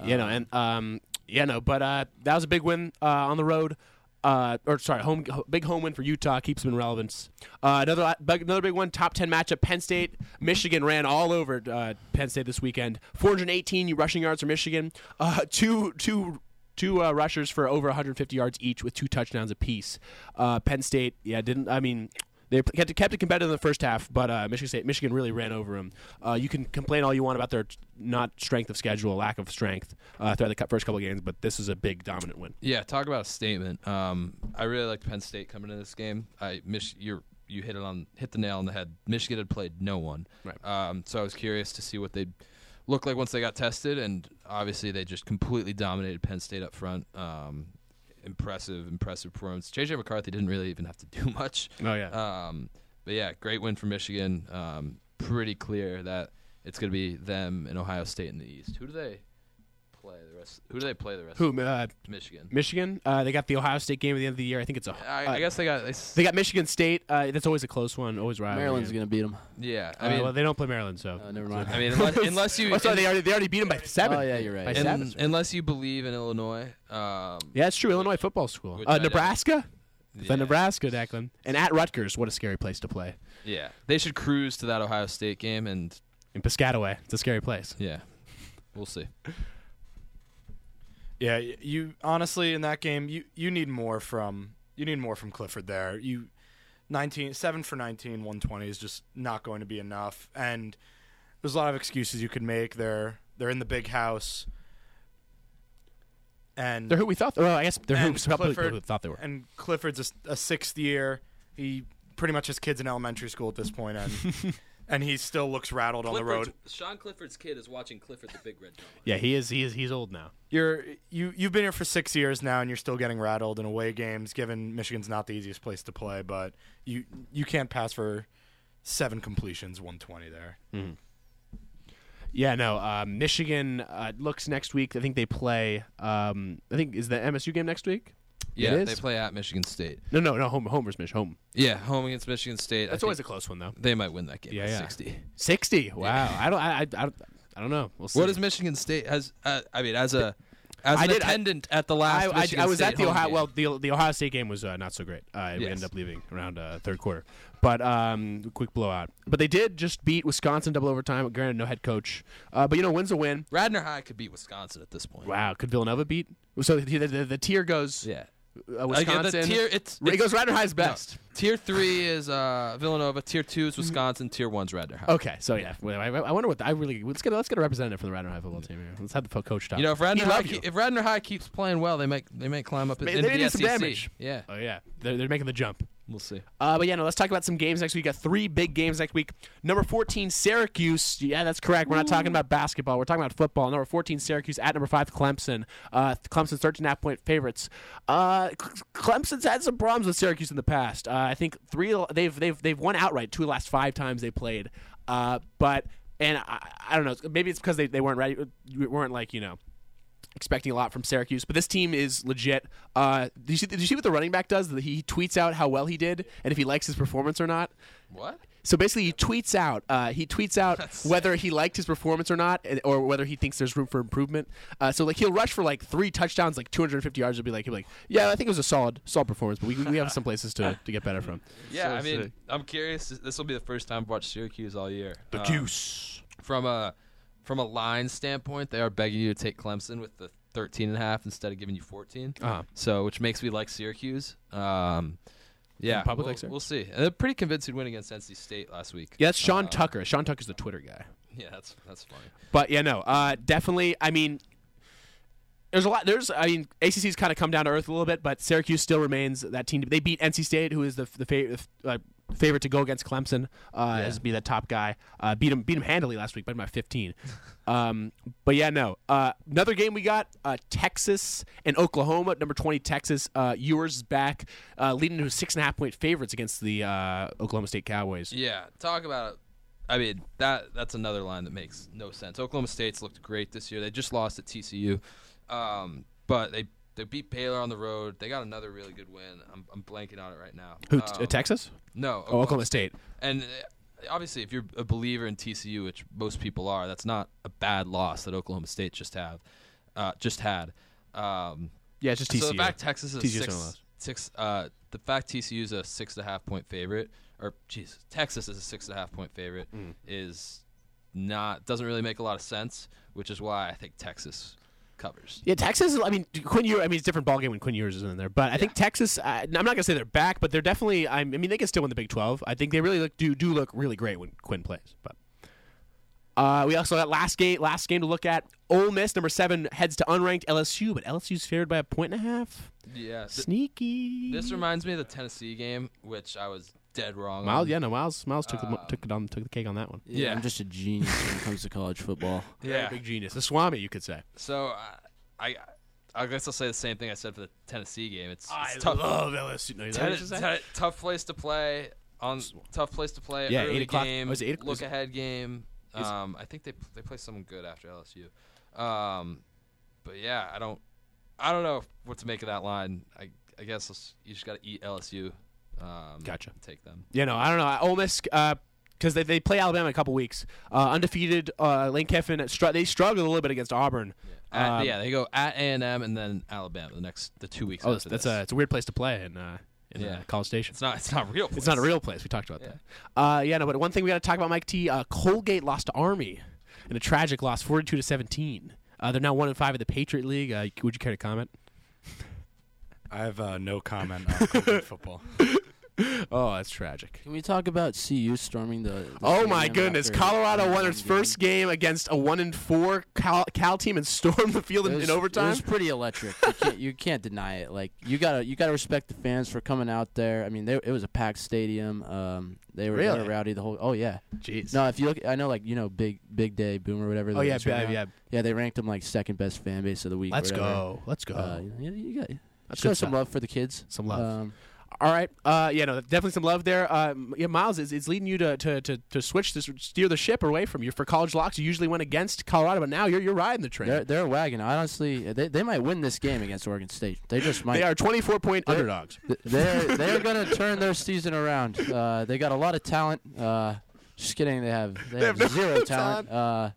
Yeah, no, and um, yeah, no, but uh, that was a big win uh, on the road. Uh, or sorry, home ho- big home win for Utah keeps them in relevance. Uh, another big, another big one, top ten matchup. Penn State, Michigan ran all over uh, Penn State this weekend. 418 rushing yards for Michigan. Uh, two two two uh, rushers for over 150 yards each with two touchdowns apiece. Uh, Penn State, yeah, didn't I mean they p- kept it, kept it competitive in the first half, but uh, Michigan State, Michigan really ran over them. Uh, you can complain all you want about their t- not strength of schedule, lack of strength uh, throughout the cu- first couple of games, but this is a big dominant win.
Yeah, talk about a statement. Um, I really liked Penn State coming into this game. I Mich- you you hit it on hit the nail on the head. Michigan had played no one,
Right.
um, so I was curious to see what they would look like once they got tested, and obviously they just completely dominated Penn State up front. Um, impressive, impressive performance. JJ McCarthy didn't really even have to do (laughs) much.
Oh yeah,
Um, but yeah, great win for Michigan. Um, pretty clear that it's going to be them and Ohio State in the East. Who do they play the rest? Who do they play the rest?
Who? Uh,
Of Michigan.
Michigan. Uh, they got the Ohio State game at the end of the year. I think it's a.
I,
uh,
I guess they got. They, s-
they got Michigan State. Uh, that's always a close one. Always rival.
Maryland's
game.
gonna beat them.
yeah, I
Uh,
mean,
well, they don't play Maryland, so.
Uh, never mind.
I
(laughs)
mean, unless, unless you,
Oh, sorry, they already they already beat them by seven.
Oh, yeah, you're right.
By
And-
un-
seven.
unless you believe in Illinois. Um,
Yeah, it's true. Illinois football school.
Which I
Uh,
don't-
Nebraska.
yeah,
The Nebraska, Declan, and at Rutgers. What a scary place to play
yeah, they should cruise to that Ohio State game, and
in Piscataway. It's a scary place.
yeah, we'll see.
Yeah, y- you honestly in that game you you need more from you need more from Clifford there. You 19 7 for 19 120 is just not going to be enough and there's a lot of excuses you could make. They're they're in the big house. And
They're who we thought. Well, I guess they're who
And
we probably
Clifford.
who thought they were.
and Clifford's a, s- a sixth year. He pretty much has kids in elementary school at this point and and he still looks rattled on the road.
Sean Clifford's kid is watching Clifford the Big Red Giant.
Yeah, he is. He is. He's old now.
You're you you've been here for six years now, and you're still getting rattled in away games. Given Michigan's not the easiest place to play, but you you can't pass for seven completions, 120 there.
Yeah, no. Uh, Michigan uh, looks next week. I think they play. Um, I think is the MSU game next week.
(laughs) Yeah,
It is?
they play at Michigan State.
No, no, no. Home, homers, Mish. Home.
Yeah, home against Michigan State. I
That's always a
think
close one, though.
they might win that game.
Yeah,
by
yeah.
sixty.
Sixty. Wow. I don't. I, I, I don't. I don't know. We'll see.
What is Michigan State has? Uh, I mean, as a as
I
an
did- I-
attendant at the
I,
last.
I,
Michigan
I was
State
at the
home
Ohio.
game.
Well, the the Ohio State game was uh, not so great. Uh, We
Yes.
ended up leaving around uh, third quarter, but um, quick blowout. But they did just beat Wisconsin double overtime. Granted, no head coach, uh, but you know, wins a win.
Radnor High could beat Wisconsin at this point.
Wow, could Villanova beat? So the, the, the, the tier goes
Yeah.
uh,
Like, at
Wisconsin.
the tier, it's,
it
it's-
goes Radnor High's
no.
best.
Tier three is uh, Villanova. Tier two is Wisconsin. Tier one's Radnor High.
Okay, so yeah, well, I, I wonder what the, I really let's get a- let's get a representative from the Radnor High football team here. Let's have the fo- coach talk.
You know, if Radnor
He
High
love you.
if Radnor High keeps playing well, they might they might climb up
They-
into
they
the
did some
SEC.
damage.
Yeah,
oh yeah, they're, they're making the jump.
we'll see.
Uh, but yeah, no, let's talk about some games next week. Got three big games next week. Number fourteen, Syracuse. Yeah, that's correct. We're not talking about basketball. We're talking about football. Number fourteen, Syracuse at number five, Clemson. Uh, Clemson thirteen and a half point favorites. Uh, Cle- Clemson's had some problems with Syracuse in the past. Uh, I think three they've they've they've won outright two of the last five times they played. Uh, but and I, I don't know. Maybe it's because they, they weren't ready. Weren't like you know expecting a lot from Syracuse, but this team is legit. Uh, did, you see, did you see what the running back does? He tweets out how well he did and if he likes his performance or not.
What?
So basically, he tweets out. Uh, he tweets out whether he liked his performance or not, and- or whether he thinks there's room for improvement. Uh, so like he'll rush for like three touchdowns, like 250 yards. He'll be like, he'll be like, yeah, I think it was a solid, solid performance, but we, we have some places to, to get better from.
Yeah,
So
I mean,
sick.
I'm curious. This will be the first time I've watched Syracuse all year. Um,
Deuce.
from a from a line standpoint, they are begging you to take Clemson with the 13 and a half instead of giving you 14.
Uh-huh.
So, which makes me like Syracuse. Um, yeah,
And public
we'll,
like Syracuse?
we'll see. And they're pretty convincing win against NC State last week.
Yeah, that's Sean
Uh,
Tucker. Sean Tucker's the Twitter guy.
Yeah, that's that's funny.
But yeah, no, uh, definitely. I mean, there's a lot. There's, I mean, ACC's kind of come down to earth a little bit, but Syracuse still remains that team. They beat NC State, who is the the favorite. Uh, Favorite to go against Clemson uh, as be the top guy. Uh, beat him, beat him handily last week, by my 15. (laughs) Um, but yeah, no. Uh, another game we got uh, Texas and Oklahoma. Number 20 Texas. Uh, Ewers is back, uh, leading to six and a half point favorites against the uh, Oklahoma State Cowboys.
Yeah, talk about. I mean, that that's another line that makes no sense. Oklahoma State's looked great this year. They just lost at TCU, um, but they they beat Baylor on the road. They got another really good win. I'm, I'm blanking on it right now.
Who?
Um,
t- Texas?
No,
Oh, Oklahoma State.
And uh, obviously, if you're a believer in TCU, which most people are, that's not a bad loss that Oklahoma State just have, uh, just had. Um,
Yeah, it's just TCU.
So the fact Texas is a
TCU 's
six,
gonna lose.
six uh, the fact TCU is a six and a half point favorite, or Jesus, Texas is a six and a half point favorite,
Mm.
is not doesn't really make a lot of sense, which is why I think Texas covers.
Yeah, Texas. I mean, Quinn Ewers. I mean, it's a different ballgame when Quinn Ewers is in there. But I think Texas. Uh, I'm not gonna say they're back, but they're definitely. I'm, I mean, they can still win the Big 12. I think they really look do do look really great when Quinn plays. But uh, we also got last game last game to look at. Ole Miss number seven heads to unranked LSU, but LSU's favored by a point and a half.
Yeah, th-
Sneaky.
this reminds me of the Tennessee game, which I was dead wrong. on.
Miles. Yeah, no, Miles. Miles took
Uh,
the, took it on took the cake on that one.
Yeah.
I'm just a genius when it comes to college football.
yeah.
Big genius. The Swami, you could say.
So uh, I, I guess I'll say the same thing I said for the Tennessee game. It's, it's
I
tough.
love LSU. No, is that what
Ten-
you should say?
ten- tough place to play on tough place to play.
Yeah,
early
8 o'clock-
Game,
was it 8 o'clock?
look ahead game. Um, I think they they play someone good after LSU. Um, But yeah, I don't, I don't know what to make of that line. I, I guess it's- you just got to eat LSU. Um,
Gotcha.
and Take them.
You know, I don't know. Ole Miss, because they, they play Alabama in a couple weeks, uh, undefeated. Uh, Lane Kiffin, str- they struggled a little bit against Auburn.
At,
Um,
yeah, they go at A and M and then Alabama the next the two weeks.
Oh, that's,
after
that's
this.
a it's a weird place to play in uh, in
Yeah.
uh, College Station.
It's not. It's not real.
It's not a
place.
real place. We talked about that. Uh, yeah, no, but one thing we got to talk about, Mike T. Uh, Colgate lost to Army in a tragic loss, forty-two to seventeen. Uh, they're now one and five in the Patriot League. Uh, would you care to comment?
I have uh, no comment on Colgate football.
Oh, that's tragic.
Can we talk about CU storming the? the
Oh my
stadium
goodness!
after-
Colorado
after
won
one
its
game?
first game against a one and four Cal, Cal team and stormed the field
It
in,
was-
in
It
overtime.
was pretty electric. you, can't, you can't deny it. Like you gotta you gotta respect the fans for coming out there. I mean, they, it was a packed stadium. Um, they were, they were
Really?
rowdy the whole. Oh yeah.
Jeez.
No, if you look, I know like you know big big day boom or whatever.
oh
that
yeah,
is right
yeah,
now.
yeah.
Yeah, they ranked them like second best fan base of the week. or
Let's
whatever.
go. Let's go.
Uh, you, know, you- you got
That's
show
good
some
stuff.
love for the kids.
Some love.
Um,
All right. Uh, yeah, no, definitely some love there. Uh, yeah, Miles is, is leading you to, to, to, to switch this, steer the ship away from you for college locks. You usually went against Colorado, but now you're you're riding the train.
they're they're a wagon. Honestly, they they might win this game against Oregon State. They just might.
they are 24 point
They're-
underdogs.
Th- they're they're gonna turn their season around. Uh, they got a lot of talent. Uh, just kidding, they have they, have,
have no (laughs)
zero talent. Uh,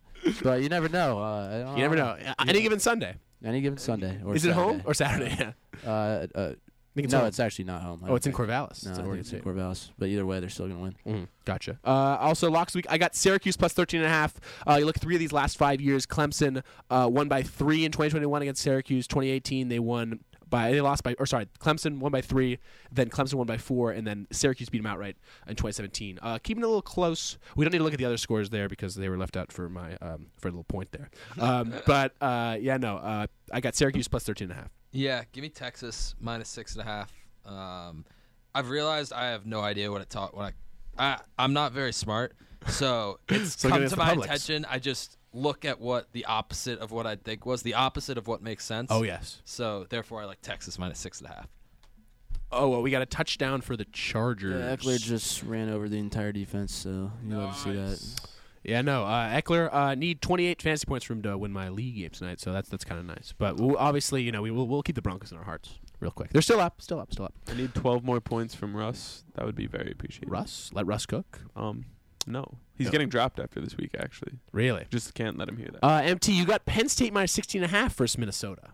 but you never know. Uh, I don't
You never know. Uh, Any given Sunday.
Any given Sunday or
is it home
Saturday.
or Saturday? (laughs) Yeah.
Uh, uh,
I think it's
no,
home.
it's actually not home.
oh,
I don't
it's in Corvallis.
think. No,
It's
I
in
think
Oregon
it's in
State.
Corvallis. But either way, they're still gonna win.
Mm, gotcha. Uh, also, locks week, I got Syracuse plus 13 and a half. Uh, you look three of these last five years. Clemson uh, won by three in 2021 against Syracuse. 2018, they won by they lost by or sorry, Clemson won by three. Then Clemson won by four, and then Syracuse beat them outright in 2017. Uh, keeping it a little close. We don't need to look at the other scores there because they were left out for my um, for a little point there. Um, but uh, yeah, no, uh, I got Syracuse plus 13 and a half.
Yeah, give me Texas minus six and a half. Um, I've realized I have no idea what it taught. When I, I, I'm not very smart, so
(laughs)
it's
So
come
again, it's
to
the
my
Publix.
attention. I just look at what the opposite of what I think was the opposite of what makes sense.
Oh, yes.
So therefore, I like Texas minus six and a half.
Oh well, we got a touchdown for the Chargers.
Yeah, Eckler just ran over the entire defense, so you love to see that.
Yeah, no. Uh, Eckler uh, need 28 fantasy points for him to win my league game tonight, so that's that's kind of nice. But we'll, obviously, you know, we will we'll keep the Broncos in our hearts real quick. They're still up, still up, still up.
I need 12 more points from Russ. That would be very appreciated.
Russ, let Russ cook.
Um, no, he's
No.
getting dropped after this week. Actually,
Really?
just can't let him hear that.
Uh, MT, you got Penn State minus 16 and a half versus Minnesota.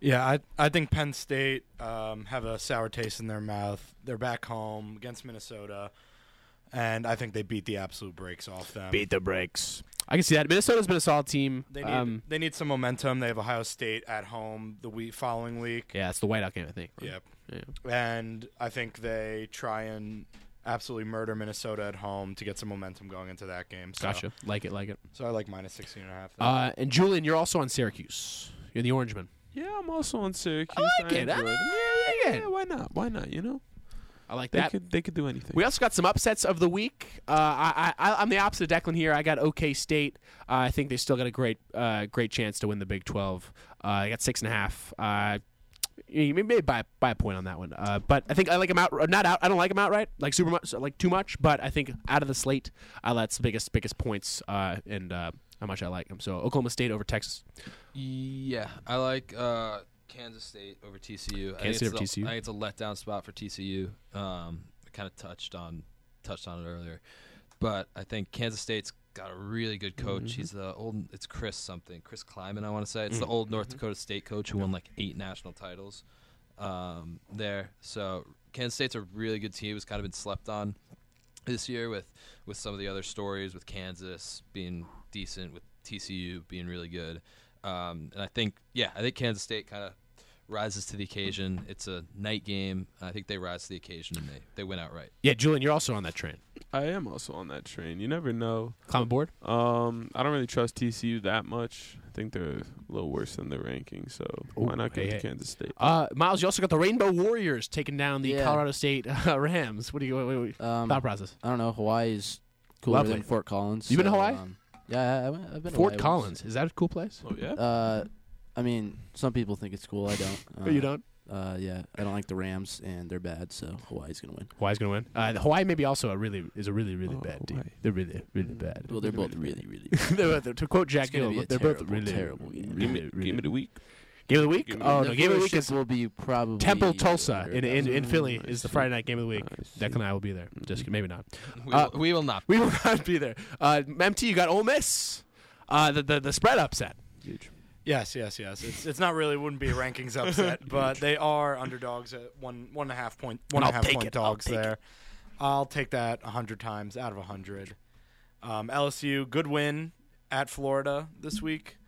Yeah, I I think Penn State um, have a sour taste in their mouth. They're back home against Minnesota, and I think they beat the absolute brakes off them.
the brakes. I can see that. Minnesota's been a solid team.
They need
Um,
they need some momentum. They have Ohio State at home the week following week.
yeah, it's the whiteout game, I think. right?
Yep.
Yeah.
And I think they try and absolutely murder Minnesota at home to get some momentum going into that game. So,
Gotcha. Like it, like it.
So I like minus 16 and a half. there.
Uh, and Julian, you're also on Syracuse. You're the Orangeman.
yeah, I'm also on Syracuse.
I like it.
enjoy
I
them.
like
Ah, Yeah, yeah,
it.
yeah. Why not? Why not? You know,
I like
they
that.
could they could do anything.
We also got some upsets of the week. Uh, I, I, I'm the opposite of Declan here. I got OK State. Uh, I think they still got a great, uh, great chance to win the Big 12. Uh, I got six and a half. Uh, you may- maybe buy, buy a point on that one. Uh, but I think I like them out. Not out. I don't like them outright. Like super much. Like too much. But I think out of the slate, I that's the biggest, biggest points uh, and uh, how much I like them. So Oklahoma State over Texas.
Yeah, I like uh, Kansas State over TCU. I
Kansas
think
State
it's
over
the-
TCU?
I think it's a letdown spot for TCU. Um, I kind of touched on touched on it earlier, but I think Kansas State's got a really good coach. He's the old. It's Chris something. Chris Kleiman, I want to say. It's the old North Dakota State coach who won like eight national titles um, there. So Kansas State's a really good team. It's kind of been slept on this year with with some of the other stories with Kansas being decent, with TCU being really good, um, and I think yeah, I think Kansas State kind of rises to the occasion. It's a night game. I think they rise to the occasion and they they win outright.
Yeah, Julian, you're also on that train.
I am also on that train. You never know.
Climb aboard.
Um, I don't really trust TCU that much. I think they're a little worse than the ranking, so why
Ooh,
not go
hey,
to
hey.
Kansas State?
Uh, Miles, you also got the Rainbow Warriors taking down the
Yeah.
Colorado State (laughs) uh, Rams. What do you? What, what, what,
Um,
thought process.
I don't know. Hawaii's cooler
Lovely.
than Fort Collins.
You been to
so,
Hawaii?
um, yeah, I, I went- I've been. to
Fort
Hawaii once.
Collins. Is that a cool place?
Oh yeah,
Uh, I mean, some people think it's cool. I don't.
(laughs)
Uh,
you don't.
Uh, yeah, I don't like the Rams, and they're bad, so Hawaii's gonna win.
Hawaii's gonna win. Uh, Hawaii maybe also a really is a really really
Oh,
bad team.
Hawaii.
They're really really bad.
Well, they're both really, really.
They're both- to quote Jack
It's gonna
Gill,
be a
they're both
terrible,
really
terrible game.
Really,
Game of-
really-
game of the week.
Game of the week?
Game of the
(laughs) oh
week.
no, game of the week is
will be probably
Temple Tulsa in in, in
Mm,
Philly
I
is the
see.
Friday night game of the week.
I
Declan
see.
and I will be there. Just maybe not. (laughs)
We,
Uh,
will, we will not.
We will not be there. Uh, MT, you got Ole Miss. Uh, the, the the spread upset.
Huge.
Yes, yes, yes. It's it's not really wouldn't be a rankings
(laughs)
upset, but they are underdogs at one one and a half point one and a
I'll
half
take
point
it, I'll
dogs
take
there. I'll take that a hundred times out of a hundred. Um, LSU good win at Florida this week.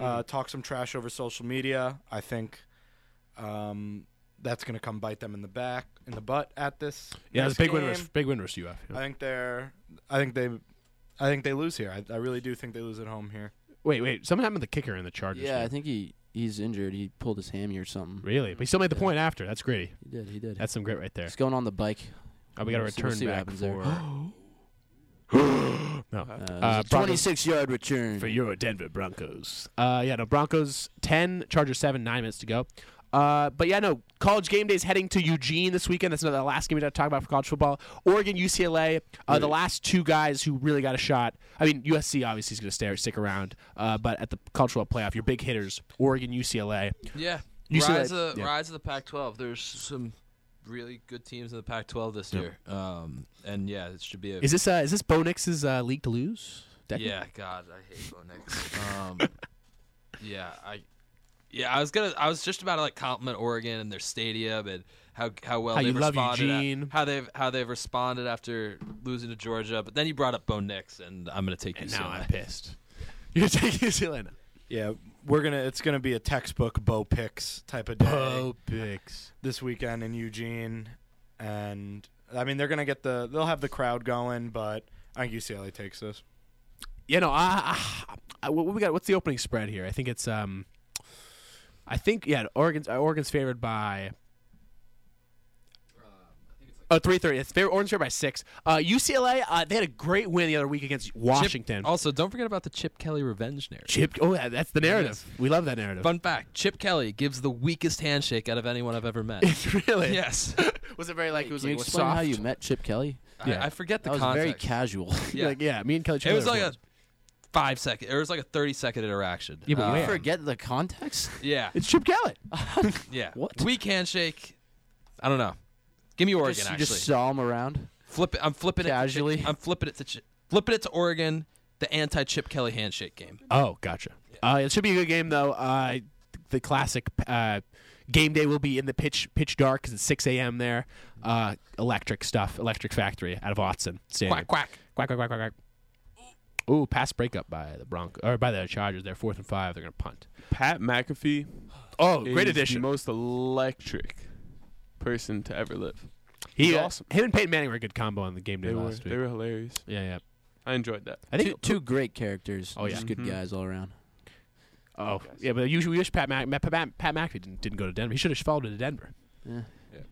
Mm-hmm.
Uh, talk some trash over social media. I think um, that's going to come bite them in the back in the butt at this.
Yeah, it's
next
big win
game. Uh,
versus big win versus UF.
I think they're. I think they. I think they lose here. I, I really do think they lose at home here.
Wait, wait. Something happened to the kicker in the Chargers.
Yeah, I
game.
think he he's injured. He pulled his hammy or something.
really. But he still made the
Yeah.
point after. That's gritty.
He did. He did.
That's some grit right there.
He's going on the bike.
Uh, we got a
We'll see- we'll
return
see what
back
happens there.
for
(gasps)
no
Uh,
Uh, Broncos-
twenty-six yard return.
for your Denver Broncos. Uh, yeah, no Broncos ten, Chargers seven, nine minutes to go. Uh, but yeah, no college game day is heading to Eugene this weekend. That's another the last game we got to talk about for college football. Oregon, UCLA, uh, the last two guys who really got a shot. I mean, USC obviously is going to stay stick around, uh, but at the college football playoff, your big hitters, Oregon, UCLA.
Yeah.
You said
rise,
that-
of,
yeah.
rise of the Pac-12. There's some really good teams in the Pac-12 this year. Um, and yeah, it should be a
Is this uh, is this Bo Nix's uh, league to lose? Declan?
yeah. God, I hate Bo Nix. Um, yeah, I. Yeah, I was gonna. I was just about to like compliment Oregon and their stadium and how how well
How
they
you love
responded. a-
Eugene.
how they've how they've responded after losing to Georgia. But then you brought up Bo Nix, and I'm gonna take
And
UCLA.
now I'm pissed. (laughs) You're taking UCLA. now.
Yeah, we're gonna. It's gonna be a textbook Bo picks type of day
Bo picks.
this weekend in Eugene, and I mean they're gonna get the. They'll have the crowd going, but I think UCLA takes this.
you know, I, I, I- what we got? What's the opening spread here? I think it's um, I think yeah, Oregon's uh, Oregon's favored by. Oh, 3.30. It's fair, Oregon's favored by six. Uh, UCLA, uh, they had a great win the other week against Washington.
Chip, (laughs) also, don't forget about the Chip Kelly revenge narrative.
Chip, oh, yeah, that's the narrative. We love that narrative.
Fun fact: Chip Kelly gives the weakest handshake out of anyone I've
(laughs)
ever met.
(laughs) really?
yes, (laughs)
Was it very like, it was
Can you
like
explain
soft?
how you met Chip Kelly?
Yeah.
I, I forget the
That was
context.
very casual.
Yeah.
Like, yeah, me and Kelly
it
Chandler
was like a
were-
five second. It was like a thirty second interaction.
(laughs) Yeah, but
Uh,
where?
Forget the context.
Yeah,
It's Chip Kelly.
yeah.
What?
Weak handshake. I don't know. Give me Oregon.
Just, you
actually,
just saw him around.
flip it. I'm flipping It
Casually.
to Chip- I'm flipping it to Chip- flipping it to Oregon. The anti Chip Kelly handshake game.
Oh, gotcha. Uh, it should be a good game though. Uh, the classic uh, game day will be in the pitch pitch dark because it's six a.m. there. Uh, electric stuff, electric factory out of Watson Stadium.
Quack quack.
quack quack quack quack. quack. Ooh, pass breakup by the Broncos or by the Chargers. They're fourth and five. They're gonna punt.
Pat McAfee.
Oh, great
is
addition.
The most electric person to ever live.
he
he's
uh,
awesome.
Him and Peyton Manning were a good combo on the game day
They were
last
they
week.
were hilarious.
yeah, yeah.
I enjoyed that.
I
Two,
think
two great characters.
Oh, yeah.
Just good
Mhm.
guys all around.
Oh, yeah, but usually we wish Pat Mac- Pat, Pat, Pat McAfee didn't, didn't go to Denver. He should have followed it to Denver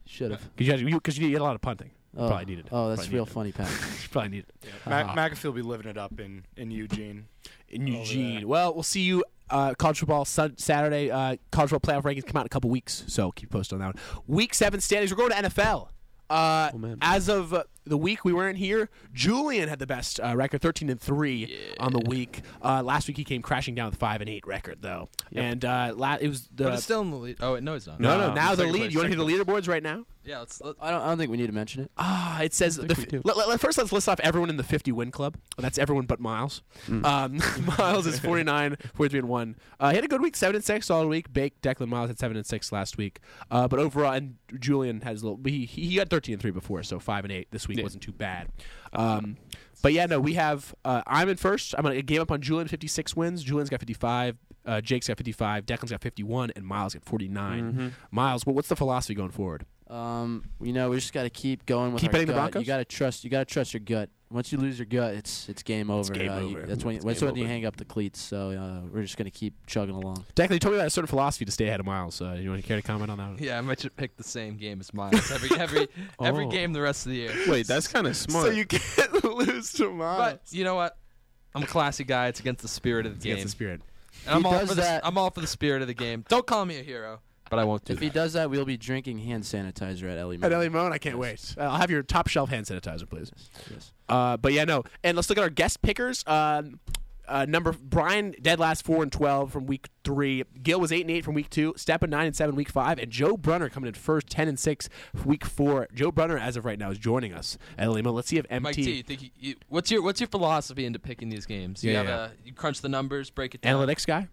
Should have.
because you, had- you, 'cause you had a lot of punting. (laughs)
Oh,
Probably needed.
Oh, that's
Probably
real
needed.
funny, Pat.
Probably needed. Ah.
Mac, McAfee will be living it up in in Eugene.
in
Over
Eugene.
there.
Well, we'll see you uh, college football sun- Saturday. Uh, college football playoff rankings come out in a couple weeks, so keep posted on that one. Week seven standings. We're going to NFL. Uh,
Oh, man.
as of uh, the week we weren't here, Julian had the best uh, record, thirteen and three on the week. Uh, last week he came crashing down with five and eight record though, and uh, la- it was the
But it's still in the lead. Oh wait, no, he's not.
no no
No,
now
he's
the
second
lead.
place,
You want to hear
second
the leaderboards right now?
Yeah, let's. Let,
I don't. I don't think we need to mention it.
Ah, it says the,
think we do.
let, let, first let's list off everyone in the 50 win club. Oh, That's everyone but Miles.
Mm.
Um, (laughs) Miles is 49, 43 and 1. Uh, he had a good week, 7 and 6 all week. Bake Declan Miles had 7 and 6 last week. Uh, but overall and Julian has a little he he he had 13 and 3 before, so 5 and 8 this week wasn't too bad. Um, but yeah, no, we have uh, I'm in first. I'm a game up on Julian 56 wins. Julian's got 55. Uh, Jake's got 55, Declan's got 51, and Miles got 49.
Mm. Mm-hmm.
Miles, what, what's the philosophy going forward?
Um, you know, we just got to keep going with
Keep
our
betting the
gut.
Broncos?
You got to trust. You got to trust your gut. Once you lose your gut, it's it's game over.
game
Uh, you-
over.
that's when.
It's
that's
game
when you
over.
hang up the cleats. So uh, we're just gonna keep chugging along.
Declan, you told me about a certain philosophy to stay ahead of Miles. Uh, you want to care to comment on that? One?
yeah, I might just pick the same game as Miles every every every
Oh.
game the rest of the year.
Wait, that's kind of smart.
So you can't lose to Miles.
But you know what? I'm a classy guy. It's against the spirit of the
Against
game.
the spirit.
And I'm
He
all
does
for the,
that-
I'm all for the spirit of the game. Don't call me a hero, but I won't do
If he
that.
does that, we'll be drinking hand sanitizer at Ellie.
At
Moon.
Ellie Moan, I can't wait. Uh, I'll have your top shelf hand sanitizer, please.
Yes.
Uh, but yeah, no. And let's look at our guest pickers. Uh, uh, number Brian dead last four and twelve from week three. Gil was eight and eight from week two. Stepan nine and seven week five, and Joe Brunner coming in first ten and six week four. Joe Brunner, as of right now, is joining us at Lima. Let's see if MT
Mike T, you think you, you, what's your what's your philosophy into picking these games? You
Yeah,
have
yeah.
a you crunch the numbers, break it down.
analytics guy.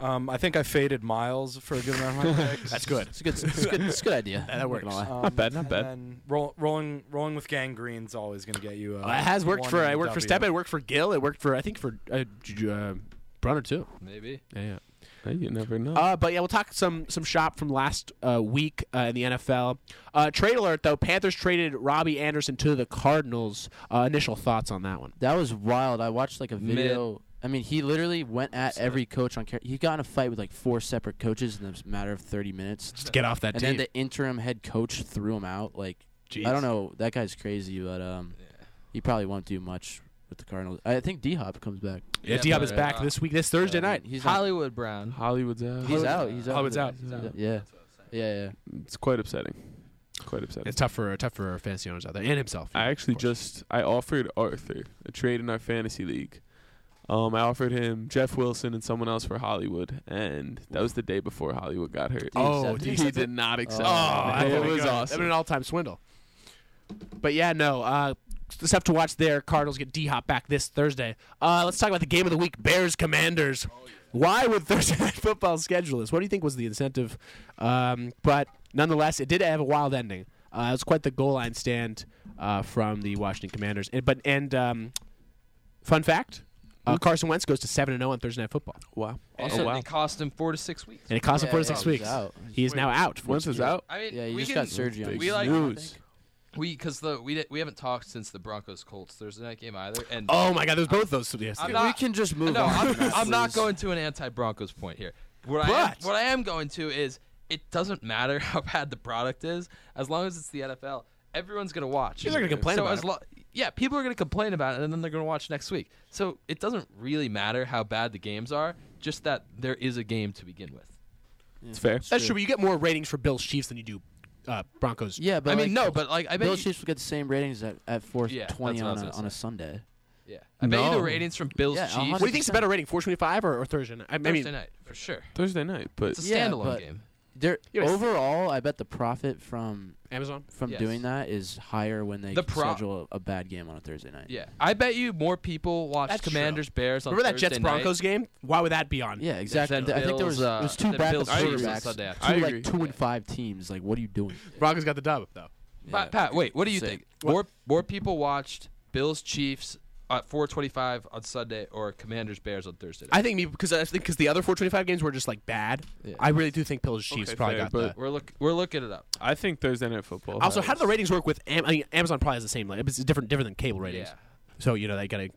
Um, I think I faded Miles for a
(laughs)
good amount of my picks.
That's good.
It's a good, it's a good, it's a good idea.
That works.
Not gonna lie.
Not bad, not
Um, and
bad.
then roll, rolling, rolling with gang green's always going to get you. Uh,
Uh, it has worked
one
for.
and
I
a
worked for
W.
Stepan. It worked for Gil. It worked for I think for uh, J- J- uh, Brunner too.
Maybe.
Yeah. yeah.
Hey, you never know.
Uh, but yeah, we'll talk some some shop from last uh, week uh, in the NFL. Uh, trade alert though: Panthers traded Robbie Anderson to the Cardinals. Uh, initial thoughts on that one?
That was wild. I watched like a
Mid-
video. I mean, he literally went at every coach on. Car- He got in a fight with like four separate coaches in a matter of thirty minutes,
Just get off that
and then the interim head coach threw him out. Like I don't know, that guy's crazy, but um, he probably won't do much with the Cardinals. I think D Hop comes back.
yeah,
Yeah,
D Hop
but,
is back
uh,
this week, this Thursday
I mean,
night.
He's out.
Hollywood Brown.
Hollywood's out.
He's out. He's out.
Hollywood's out.
He's Yeah. Yeah, yeah.
It's quite upsetting. Quite upsetting.
It's tough for tough for fantasy owners out there and himself.
I actually
of course.
just I offered Arthur a trade in our fantasy league. Um, I offered him Jeff Wilson and someone else for Hollywood, and that was the day before Hollywood got hurt.
Dude,
Oh,
Seth-
dude,
he did not accept.
Oh,
Oh,
that
it.
would've
it was
been good. That'd been
awesome.
an all time swindle. But yeah, no. Uh, stuff to watch there. Cardinals get D Hop back this Thursday. Uh, let's talk about the game of the week: Bears
Oh,
Commanders. Why would Thursday (laughs) Night Football schedule this? What do you think was the incentive? Um, but nonetheless, it did have a wild ending. Uh, it was quite the goal line stand uh, from the Washington Commanders. And, but and um, fun fact: uh, Carson Wentz goes to seven and zero on Thursday Night Football,
Wow.
Also,
wow.
it cost him four to six weeks.
and it cost him
Yeah,
four to
yeah,
six
he was
weeks.
out.
He is now out. for
(laughs) Once
six
is
weeks.
out.
I mean,
Yeah, he
we
just
can,
got surgery on
Big
We like
news.
we because the we di- we haven't talked since the Broncos Colts Thursday night game either. And
Oh my God! There's both those. Yes.
I'm
dude.
not-
We can just move
no,
on.
(laughs)
I'm,
from that,
I'm not
please.
going to an anti-Broncos point here. What I am,
But-
what I am going to is it doesn't matter (laughs) how bad the product is as long as it's the NFL. Everyone's gonna watch.
People are gonna complain
so
about
as
it.
lo- yeah, people are gonna complain about it, and then they're gonna watch next week. So it doesn't really matter how bad the games are, just that there is a game to begin with.
It's fair.
That's true. But you get more ratings for Bills Chiefs than you do uh, Broncos.
Yeah, but
I mean,
like,
no, but like I bet
Bills
you-
Chiefs will get the same ratings at, at four
Yeah, that's
twenty
what I
on
was
a,
gonna
on a Sunday.
yeah, I bet you
No.
the ratings from Bills
Yeah,
Chiefs
What do you think's a better rating, 425 or, or Thursday night? I, I
Thursday
mean,
night for sure.
Thursday night, but
It's a
Yeah,
standalone
but-
game.
There,
Yeah, but-
overall, I bet the profit from
Amazon.
from
Yes.
doing that is higher when they
The pro-
schedule a, a bad game on a Thursday night.
Yeah, I bet you more people watch
That's true.
Commanders Bears on
Remember that
Thursday
Jets
night
Broncos game? Why would that be on?
Yeah, exactly.
then
I think there
Bills,
was
uh,
it was two
then
backup
Bills Chiefs on
quarterbacks,
Sunday after.
I
two
agree.
like two and five teams. Like, what are you doing?
Broncos got the dub though.
Pat, Pat, wait. What do you
Sick.
think? More more people watched Bills Chiefs at 4:25 on Sunday or Commanders Bears on Thursday.
I think me because I think because the other 425 games were just like bad.
Yeah.
I really do think Bills Chiefs
Okay,
probably
fair,
got
but-
that.
we're look we're looking it up.
I think Thursday night football.
Also,
has-
how do the ratings work with Am- I mean, Amazon? Probably has the same. Like, it's different different than cable ratings.
Yeah,
So you know they got to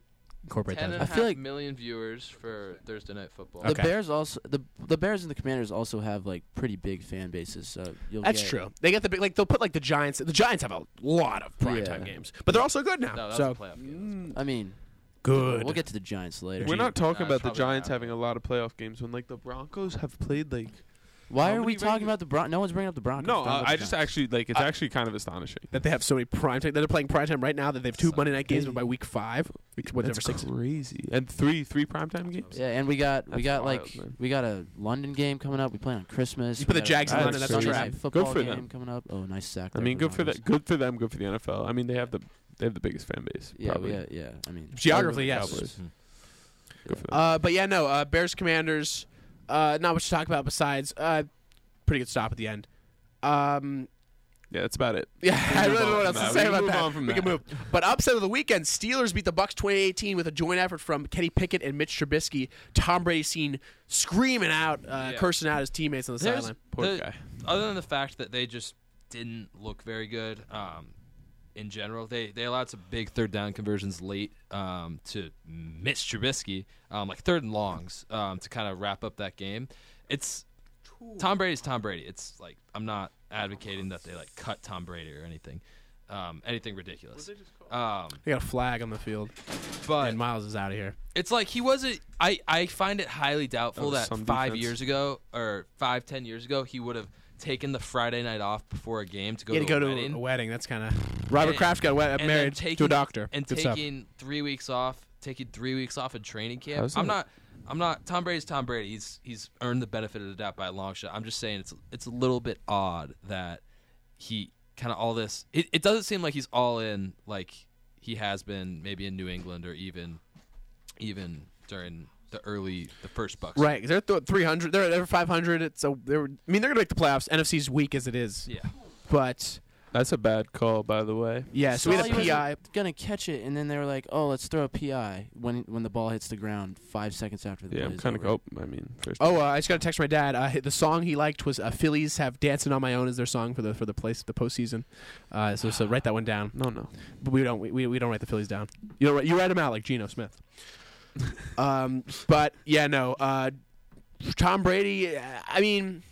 incorporate
ten and
that.
a
as
half
well.
feel like-
million viewers for Thursday night football.
Okay.
The Bears also the the Bears and the Commanders also have like pretty big fan bases. So you'll
That's
get-
true. They got the big like they'll put like the Giants. The Giants have a lot of primetime time
Yeah.
games, but they're also good now.
No, that was
so
a playoff game.
I mean,
good.
we'll get to the Giants later.
We're not talking
Nah, it's
about the
probably not
Giants
out.
having a lot of playoff games when like the Broncos have played like.
Why
How
are
many
we talking
ratings-
about the Broncos? No one's bringing up the Broncos.
No,
Talking
uh,
about the
I just
Giants.
actually like. It's actually kind of astonishing.
that they have so many prime time. That they're playing prime time right now. That they have two Monday night games, but by week five, week whatever
That's
six.
crazy. And three three primetime games.
Yeah, and we got we
That's
got
wild,
like
man.
we got a London game coming up. We play on Christmas.
You
We
put the
got a
Jags in
That's
London, that's a
crazy.
Sunday
trap.
night Football
for
game
them.
coming up. Oh, nice sack.
I
there
mean,
the
good for
Broncos.
that. Good for them. Good for the NFL. I mean, they have the they have the biggest fan base.
Yeah,
probably.
we, uh, yeah. I mean,
Geographally, yes.
Cowboys.
Mhm.
Good for them.
Uh, but yeah, no. Uh, Bears Commanders. Uh, not much to talk about besides uh, pretty good stop at the end. Um, (laughs)
yeah, that's about it.
yeah, I
move
really don't know
on
what else
from
to
that.
say
We can
about
move
that.
on from
we can
that.
move. But upset of the weekend: Steelers beat the Bucks 2018 with a joint effort from Kenny Pickett and Mitch Trubisky. Tom Brady seen screaming out, uh,
Yeah.
cursing out his teammates on the
There's-
sideline.
Poor
the-
guy.
Other than the fact that they just didn't look very good um, in general, they they allowed some big third down conversions late um, to miss Trubisky, um, like third and longs um, to kind of wrap up that game. It's Tom Brady's Tom Brady. It's like I'm not advocating that they like cut Tom Brady or anything. um, anything ridiculous. Um,
They got a flag on the field,
but
and Miles is out of here.
it's like he wasn't. I I find it highly doubtful
That
that,
was some
five
defense.
years ago or five ten years ago he would have taken the Friday night off before a game to go
He had
to,
to go
a
to
wedding
a wedding. That's kind of Robert
And-
Kraft got we-
and then
married to
taking-
a doctor.
and
Good stuff.
taking three weeks off, taking three weeks off in training
How
camp.
is
I'm
that-
not. I'm not. Tom Brady's Tom Brady. He's he's earned the benefit of the doubt by a long shot. I'm just saying it's it's a little bit odd that he kind of all this. It, it doesn't seem like he's all in like he has been maybe in New England or even even during the early the first Bucks.
Right, 'cause they're th- three hundred. They're they're five hundred. It's a. They're, I mean, they're gonna make the playoffs. NFC's weak as it is,
Yeah.
but
That's a bad call, by the way.
yeah. So, we had a
Sully
PI.
wasn't Gonna catch it, and then they were like, "Oh, let's throw a PI." When when the ball hits the ground, five seconds after the
Yeah,
play
I'm
is
kind of.
over.
Oh, I mean, first.
Oh, uh, I just got a text from my dad. Uh, the song he liked was uh, "Phillies Have Dancing on My Own" as their song for the for the place the postseason. Uh, so so write that one down.
no, no.
But we don't we, we, we don't write the Phillies down. You don't write, you write them out like Geno Smith. um, but yeah, no. Uh, Tom Brady. uh, I mean,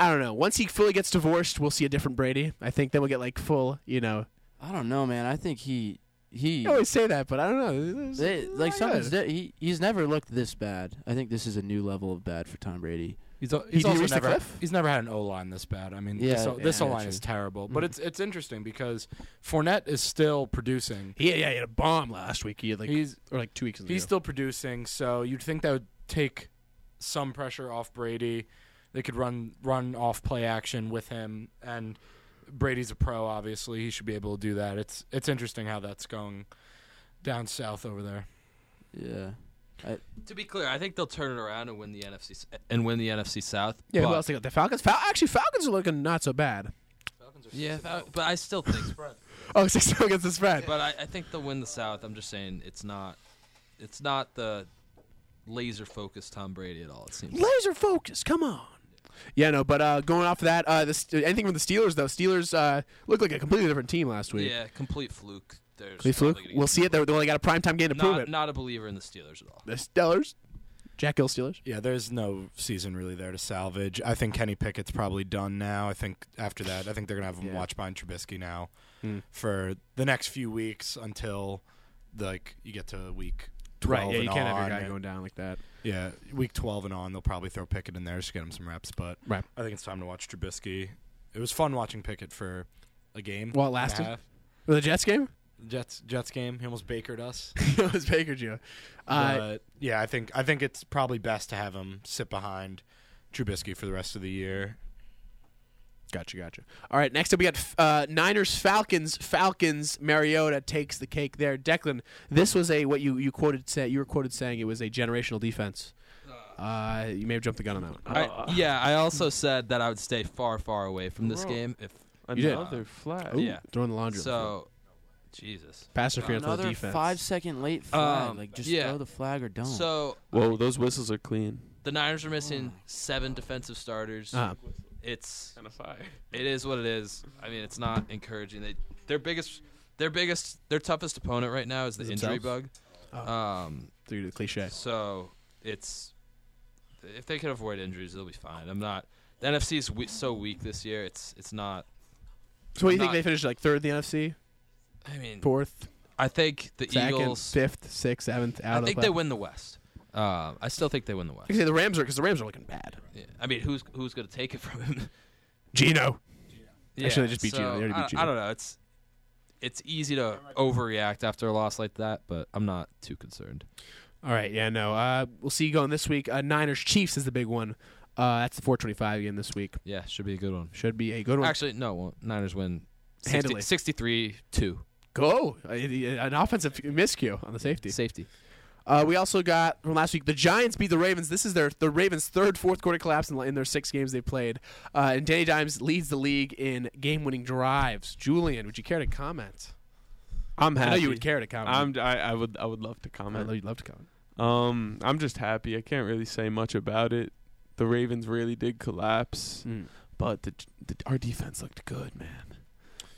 I don't know. Once he fully gets divorced, we'll see a different Brady. I think then we'll get like full. You know,
I don't know, man. I think he he
I always say that, but I don't know. It's- oh
they,
it's
like
not
something's
good.
di- he he's never looked this bad. I think this is a new level of bad for Tom Brady.
He's, al-
He
he's
did
also
reach the
never
cliff?
he's never had an O line this bad. I mean, this
Yeah,
O- this
yeah,
O line
true. Hmm.
is terrible, but it's it's interesting because Fournette is still producing.
He, yeah, he had a bomb last week. He had like
he's
or like two weeks ago.
he's still producing, so you'd think that would take some pressure off Brady. They could run run off play action with him, and Brady's a pro. Obviously, he should be able to do that. It's it's interesting how that's going down south over there.
Yeah.
To be clear, I think they'll turn it around and win the NFC s- and win the NFC South.
yeah, who
but-
else they got? The Falcons. Fal- actually, Falcons are looking not so bad.
Yeah, but I still think
Oh, (laughs) six against the spread.
But I, I think they'll win the South. I'm just saying it's not it's not the laser focused Tom Brady at all. It seems. like.
Laser focus. Come on. Yeah, no, but uh, going off of that, uh, this, anything from the Steelers though? Steelers uh, look like a completely different team last week.
Yeah, complete fluke. There's
Please, Luke, We'll see it. They they only got a primetime game to prove
Not,
it.
not a believer in the Steelers at all.
The Steelers, Jack Hill Steelers.
Yeah, there's no season really there to salvage. I think Kenny Pickett's probably done now. I think after that, I think they're gonna have him watch behind Trubisky now
Mm.
for the next few weeks until like you get to week twelve.
Right. Yeah, you
and
can't
on.
have your guy going down like that.
Yeah, week twelve and on, they'll probably throw Pickett in there just to get him some reps. But
Right.
I think it's time to watch Trubisky. It was fun watching Pickett for a game.
While it
and a
lasted?
half.
The Jets game. (laughs)
Jets Jets game. He almost bakered us.
it was Baker Joe. Uh,
But, yeah, I think I think it's probably best to have him sit behind Trubisky for the rest of the year.
Gotcha, gotcha. All right, next up we got uh, Niners Falcons. Falcons Mariota takes the cake there. Declan, this was a what you you quoted say you were quoted saying it was a generational defense. Uh, you may have jumped the gun on that one.
Uh,
I, yeah, I also said that I would stay far, far away from this
Bro.
game. If
You did.
Another flag.
Ooh,
yeah.
throwing the laundry. on the field.
so, Jesus.
pass interference on the
Another
defense.
five second late flag.
Um,
like just
yeah.
throw the flag or
Oh.
don't.
So
Whoa, those whistles are clean.
the Niners are missing seven defensive starters.
Uh,
It's
And a fire.
it is what it is. I mean, it's not encouraging. They their biggest their biggest their toughest opponent right now is the
Is
injury
themselves?
bug.
Oh.
Um,
through the cliche.
so it's if they can avoid injuries, they'll be fine. I'm not. The NFC is we- so weak this year. It's it's not.
So what do you think
Not-
they finished like third in the NFC,
I mean,
fourth,
I think the
second,
Eagles.
fifth, sixth, seventh. Out
I
of
think
the
they
playoff.
win the West. Uh, I still think they win the
I
West.
can say the Rams are because the Rams are looking bad.
Yeah. I mean, who's who's going to take it from him? (laughs)
Gino. Actually, they just beat Gino. They already
I,
beat
I
Gino.
don't know. It's it's easy to overreact after a loss like that, but I'm not too concerned.
All right, yeah, no. Uh, we'll see you going this week. Uh, Niners Chiefs is the big one. Uh, that's the 425 game this week.
Yeah, should be a good one.
Should be a good one.
Actually, no, it won't. Niners win
Handily.
63 2.
Go Uh, an offensive miscue on the safety.
Safety.
Uh, we also got from last week the Giants beat the Ravens. This is their the Ravens' third fourth quarter collapse in, in their six games they played. Uh, and Danny Dimes leads the league in game winning drives. Julian, would you care to comment?
I'm happy.
I know you would care to comment.
I'm. I, I would. I would love to
I know
comment.
you'd love to comment.
Um, I'm just happy. I can't really say much about it. The Ravens really did collapse,
Mm.
but the, the our defense looked good, man.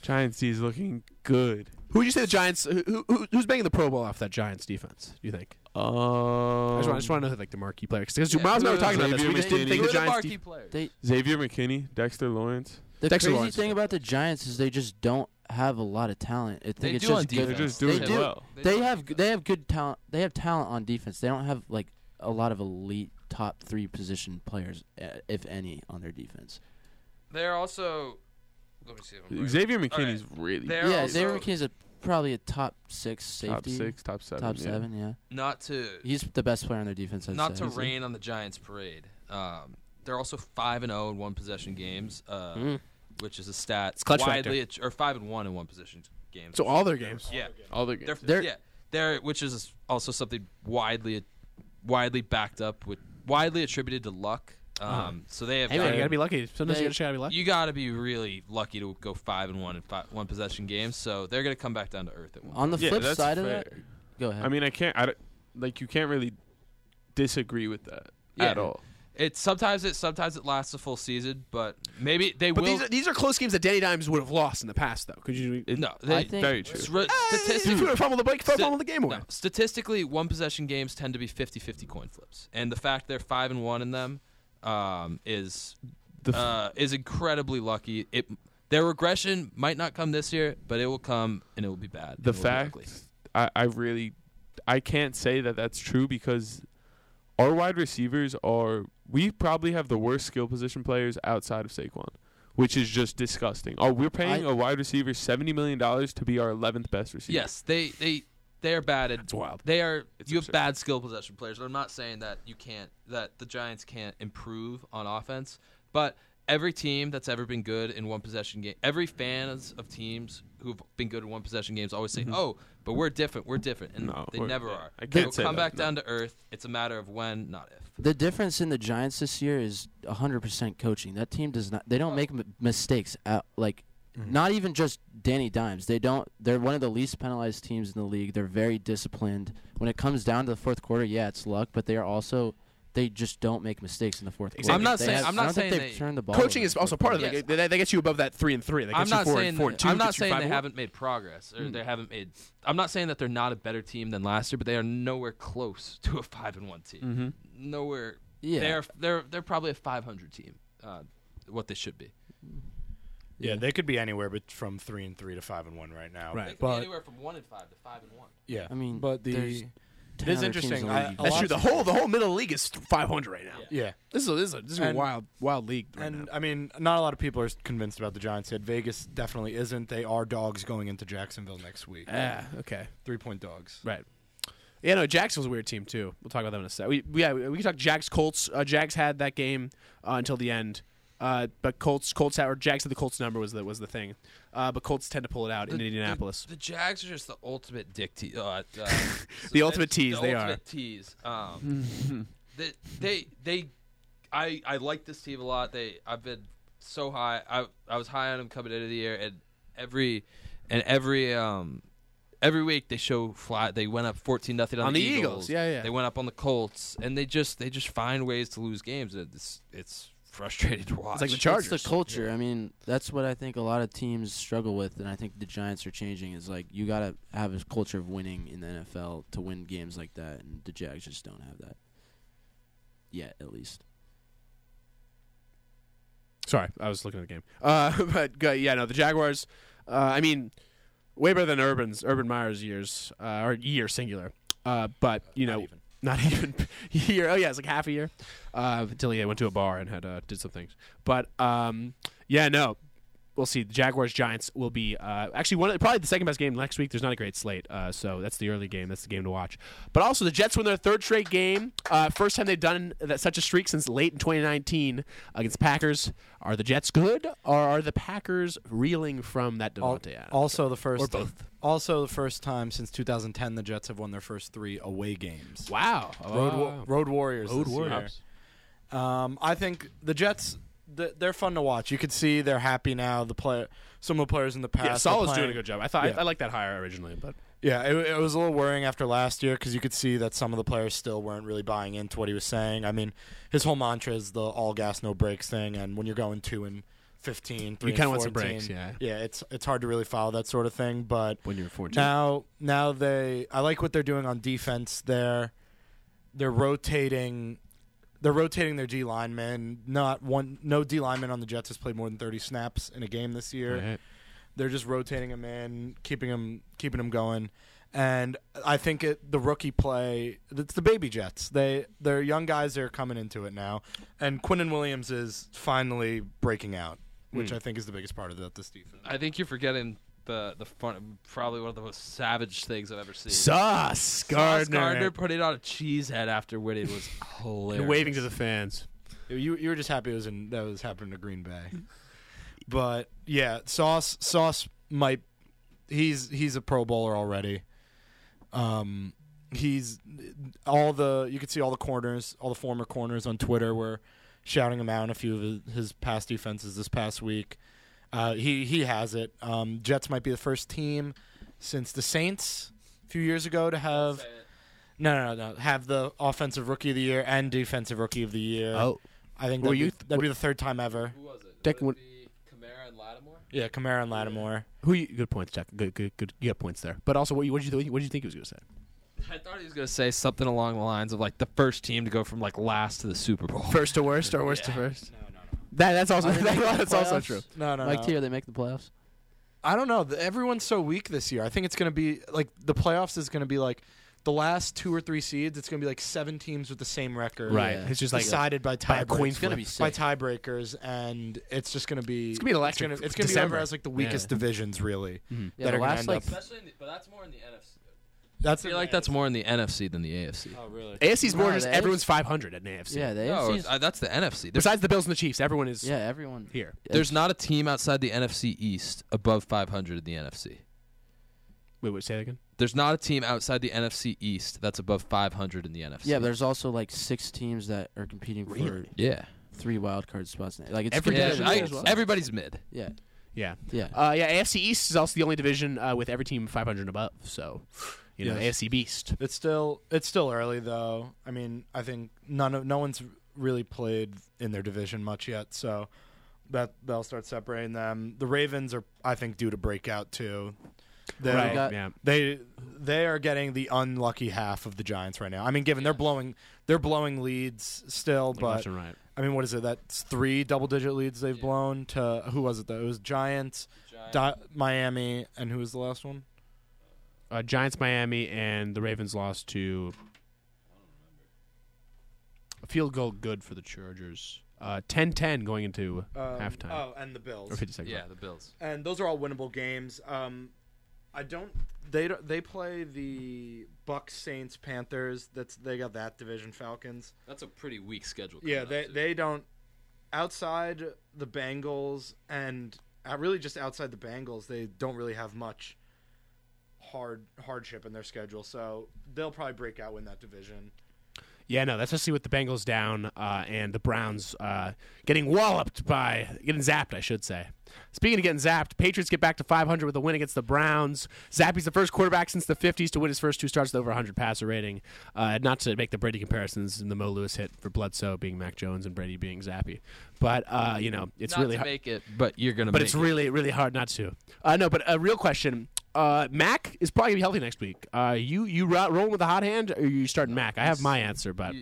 Giants D is looking good.
Who would you say the Giants? Who, who, who's banging the Pro Bowl off that Giants defense? Do you think?
Um,
I just, want, I just want to know who, like the marquee player because
Yeah.
Miles and I were
Who
talking
is
about this.
Xavier
We just didn't
McKinney?
think
Who
the Giants.
players?
they
Xavier McKinney, Dexter Lawrence.
the
Dexter
crazy
Lawrence.
thing about the Giants is they just don't have a lot of talent. I think
They
it's
do on
just good-
They're
defense.
just doing
They
it
do.
well.
They have they have good talent. They have talent on defense. They don't have like a lot of elite top three position players, uh, if any, on their defense.
They're also. Let me see. If I'm right.
Xavier McKinney's really
They're
yeah,
also
Xavier McKinney's a, probably a top six safety.
top six, top seven,
top
yeah.
seven, yeah.
not to
He's the best player on their defense. I'd
not
say.
to rain on the Giants' parade. Um, they're also five and zero in one possession games, uh, which is a stat
It's clutch
widely att- or five and one in one possession games.
So all their games.
yeah,
All their games.
they're,
They're-
yeah, they're which is also something widely widely backed up with widely attributed to luck. Um, So they have
Uh-huh. Hey man,
done-
you gotta be lucky. Sometimes
They-
you gotta try to be lucky.
you got to be really lucky to go five and one in five, one possession games. So they're going to come back down to earth at one.
On the
Yeah,
flip
that's
side
fair.
of that, go ahead.
I mean, I can't. I don't- like you can't really disagree with that at
Yeah.
all.
It sometimes it sometimes it lasts a full season, but maybe they
But
will.
these are, these are close games that Danny Dimes would have lost in the past, though. Could you?
no, they,
I think
Very true.
s- re-
Ah, If you
statistically,
would have fumbled the bike,
sti-
fumbled the game away.
no, statistically, one possession games tend to be 50-50 coin flips, and the fact they're five and one in them um, is
The f-
uh, is incredibly lucky. It their regression might not come this year, but it will come and it will be bad. and
the
it will be
fact
ugly.
I, I really I can't say that that's true because our wide receivers are we probably have the worst skill position players outside of Saquon, which is just disgusting. Oh, we're paying
I-
a wide receiver seventy million dollars to be our eleventh best receiver.
Yes, they they they are bad. At, it's
wild.
They are.
It's
you
absurd.
have bad skill possession players. I'm not saying that you can't that the Giants can't improve on offense, but every team that's ever been good in one possession game, every fans of teams who've been good in one possession games always
Mm-hmm.
say, "Oh, but we're different. We're different," and
No,
they
we're-
never
yeah,
are.
I
They'll
can't say
come
that,
back
no.
down to earth. It's a matter of when, not if.
the difference in the Giants this year is 100% coaching. That team does not. They don't make m- mistakes. At, like, not even just Danny Dimes. They don't. They're one of the least penalized teams in the league. They're very disciplined. When it comes down to the fourth quarter, yeah, it's luck, but they are also. They just don't make mistakes in the fourth quarter.
I'm
not
They
saying-
have-
I'm not
I don't think
saying
they've
they-
turned the ball.
Coaching
over
is
the
also
fourth
part of
quarter.
it.
Yes.
They, they get you above that three and three. That gets
I'm
you
not
four
saying
and four and two.
I'm not
gets you
saying
five Hmm.
they
and one.
haven't made progress or they haven't made. I'm not saying that they're not a better team than last year, but they are nowhere close (laughs) to a five and one team.
Mm-hmm.
Nowhere.
Yeah.
They're they're they're probably a 500 team. Uh, what they should be.
Yeah, they could be anywhere but from three and three to five and one right now.
Right.
They could
But
be anywhere from one and five to five and one.
yeah,
I mean,
But the
there's
it
10
is
other teams in
interesting.
the
I-
league.
a
That's
lot-
true. The whole the whole middle league is 500 right now.
Yeah,
This is this is this is
And-
wild wild league. Right
and
now.
I mean, not a lot of people are convinced about the Giants yet. Vegas definitely isn't. They are dogs going into Jacksonville next week.
Ah, okay,
Three point dogs.
right. Yeah, no, Jacksonville's a weird team too. We'll talk about them in a sec. We, we- yeah, we can talk Jags Colts. Uh, Jags had that game uh, until the end, uh, but Colts Colts had or Jags had the Colts number was the was the thing, uh, but Colts tend to pull it out in Indianapolis.
The, Jags are just the ultimate dick te- uh,
(laughs)
uh,
The
so that's
ultimate tease,
The
they are.
ultimate tease. Um,
(laughs)
they, they, they, I, I like this team a lot. They, I've been so high. I, I was high on them coming into the year, and every, and every, um, every week they show flat. They went up fourteen nothing on,
On the Eagles, yeah, yeah.
They went up on the Colts, and they just, they just find ways to lose games. It's, it's frustrating to watch.
It's like the
It's
Chargers.
the culture. I mean, that's what I think a lot of teams struggle with, and I think the Giants are changing. Is like you gotta have a culture of winning in the NFL to win games like that, and the Jags just don't have that yet, at least.
Sorry, I was looking at the game. Uh, (laughs) but uh, yeah, no, the Jaguars. Uh, I mean, way better than Urban's Urban Meyer's years uh, or year singular. Uh, but you know, not (laughs) even, year. Oh yeah, it's like half a year uh, until he went to a bar and had uh, did some things. But um, yeah, no, we'll see. The Jaguars Giants will be uh, actually one of, probably the second best game next week. There's not a great slate, uh, so that's the early game. That's the game to watch. But also the Jets win their third straight game. Uh, first time they've done that, such a streak since late in 2019 against Packers. Are the Jets good or are the Packers reeling from that
Al-
Devontae Adams?
Also, the first
Or both.
Also, the first time since 2010, the Jets have won their first three away games.
Wow,
Road,
Oh.
wa- Road Warriors.
Road
this year.
Warriors.
Um, I think the Jets. th- They're fun to watch. You could see they're happy now. The player, some of the players in the past.
Yeah,
are
Saul is doing
playing-
a good job. I thought
Yeah.
I, I liked that hire originally, but
Yeah, it, it was a little worrying after last year because you could see that some of the players still weren't really buying into what he was saying. I mean, his whole mantra is the all gas, no brakes thing, and when you're going two and 15, three
You
kind
kinda
of
want some breaks, yeah.
yeah, it's it's hard to really follow that sort of thing. But
when you're 14,
now, now they, I like what they're doing on defense. They're they're rotating, they're rotating their D linemen. Not one, no D lineman on the Jets has played more than 30 snaps in a game this year They're just rotating him in, keeping him keeping him going. And I think it, the rookie play, it's the baby Jets. They they're young guys. They're coming into it now, and Quinnen Williams is finally breaking out, which I think is the biggest part of that this defense.
I think you're forgetting the the fun, probably one of the most savage things I've ever seen.
Sauce
Sauce
Gardner,
Gardner putting on a cheese head after winning (laughs) was hilarious.
waving to the fans.
You you were just happy it was in that was happening to Green Bay. But yeah, Sauce Sauce might he's he's a pro bowler already. Um he's all the you could see all the corners, all the former corners on Twitter were shouting him out in a few of his, his past defenses this past week. Uh, he he has it. Um, Jets might be the first team since the Saints a few years ago to have no, no, no, no. Have the offensive rookie of the year and defensive rookie of the year.
Oh.
I think
Were
that'd,
you
be,
th-
that'd be the third time ever.
Who was it?
Dick, Would it
Kamara and Lattimore. (laughs)
Yeah, Kamara and Lattimore.
Who? You, good points, Jack. Good, good, good. You got points there. But also, what you what did you, what did you think he was going to say?
I thought he was gonna say something along the lines of like the first team to go from like last to the Super Bowl.
First to worst, or worst to first? No, no, no. That, that's (laughs) also that's also true.
No,
Uh,
no,
Like,
no.
T, are they making the playoffs?
I don't know. The- Everyone's so weak this year. I think it's going to be like the playoffs is going to be like the last two or three seeds. It's going to be like seven teams with the same record.
Right.
Yeah.
It's just like
decided by
by a
tiebreakers.
coin
It's gonna
flip.
be
by
sick.
tiebreakers, and it's just going to be
It's gonna be an electric
It's going to be
December.
over as like the weakest
Yeah.
divisions really
Yeah,
that
the
are going to
last,
end
like,
up.
Especially, in the, but that's more in the NFC. I
That's
feel like that's more in the NFC than the AFC.
Oh really?
AFC's more
No,
just
the
everyone's 500 at an AFC.
Yeah, the
No,
AFC's.
it's- uh, that's the NFC. There's,
Besides the Bills and the Chiefs, everyone is
uh,
yeah, everyone.
here.
there's not a team outside the NFC East above 500 in the NFC.
Wait, wait, say that again.
There's not a team outside the NFC East that's above 500 in the NFC.
Yeah, but there's also like six teams that are competing for
Really?
yeah.
three wild card spots. Like it's
Every
Yeah,
competitive
division
I-
as well.
everybody's mid.
yeah,
Yeah.
yeah.
Uh, yeah, AFC East is also the only division uh, with every team 500 and above. So, you know,
Yes.
AFC Beast.
It's still it's still early though. I mean, I think none of no one's really played in their division much yet, so that that'll start separating them. The Ravens are I think due to break out too. They
Right.
got-
yeah.
they they are getting the unlucky half of the Giants right now. I mean, given they're blowing they're blowing leads still, but
Left and right.
I mean, what is it? That's three double digit leads they've blown to who was it though? It was Giants, Di- Miami, and who was the last one?
Uh, Giants, Miami, and the Ravens lost to a field goal good for the Chargers. Uh, 10-10 going into halftime.
Oh, and the Bills.
or 50 seconds.
Yeah,
left.
the Bills.
and those are all winnable games. Um, I don't. They don't, they play the Bucks, Saints, Panthers. That's they got that division. Falcons.
That's a pretty weak schedule.
Yeah, they they don't. Outside the Bengals and uh, really just outside the Bengals, they don't really have much hard hardship in their schedule. So they'll probably break out win that division.
Yeah, no, that's especially with the Bengals down uh, and the Browns uh, getting walloped by getting zapped, I should say. Speaking of getting zapped, Patriots get back to 500 with a win against the Browns. Zappy's the first quarterback since the 50s to win his first two starts with over 100 passer rating. Uh, not to make the Brady comparisons and the Mo Lewis hit for Bledsoe being Mac Jones and Brady being Zappy, but uh, you know it's
Not
really
to
hard.
make it, but you're gonna.
But
make
it's
it.
really, really hard not to. Uh, no, but a real question. Uh, Mac is probably gonna be healthy next week. Uh, you you ro- rolling with a hot hand, or you starting Mac? I have my answer, but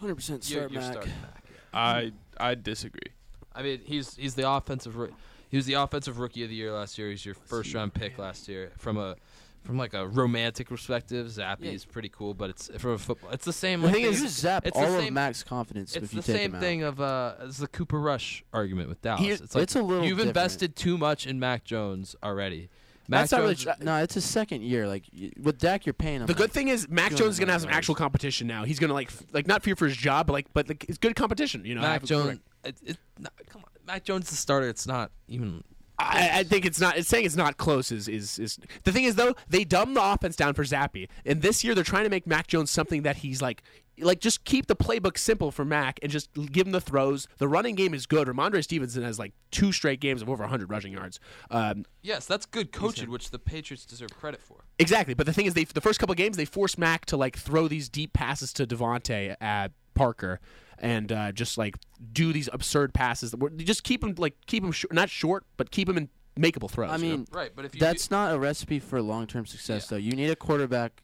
Hundred percent
You're-
start
you're
Mac.
starting back.
I I disagree.
I mean, he's he's the offensive roo- he was the offensive rookie of the year last year. He's your first round pick last year from a from like a romantic perspective. Zappy
Yeah.
is pretty cool, but it's from a football. It's the same.
The
like,
thing is, you
it's-
zap
it's the
all of
same-
Mac's confidence
It's
if you
the
take
same
him out.
thing of uh, it's the Cooper Rush argument with Dallas.
Here-
it's like
it's a little
you've
different.
invested too much in Mac Jones already. Mac
That's not really
Jones-
tr-
No, it's his second year. Like y- with Dak, you're paying him.
The good
like,
thing is Mac
Doing
Jones is gonna
well,
have some
right.
actual competition now. He's gonna like f- like not fear for his job, but like but like, it's good competition. You know,
Mac
I-
Jones. It, it, no, come on, Mac Jones is the starter. It's not even.
I, I think it's not. It's saying it's not close. Is, is is the thing is though they dumb the offense down for Zappy, and this year they're trying to make Mac Jones something that he's like. Like just keep the playbook simple for Mac and just give him the throws. The running game is good. Ramondre Stevenson has like two straight games of over 100 rushing yards. Um,
Yes, that's good coaching, which the Patriots deserve credit for.
Exactly, but the thing is, they the first couple of games they forced Mac to like throw these deep passes to Devontae at Parker, and uh, just like do these absurd passes. That were, just keep him like keep him short, not short, but keep him in makeable throws.
I
you know?
mean,
Right, but if you
that's not a recipe for long-term success,
Yeah.
though. You need a quarterback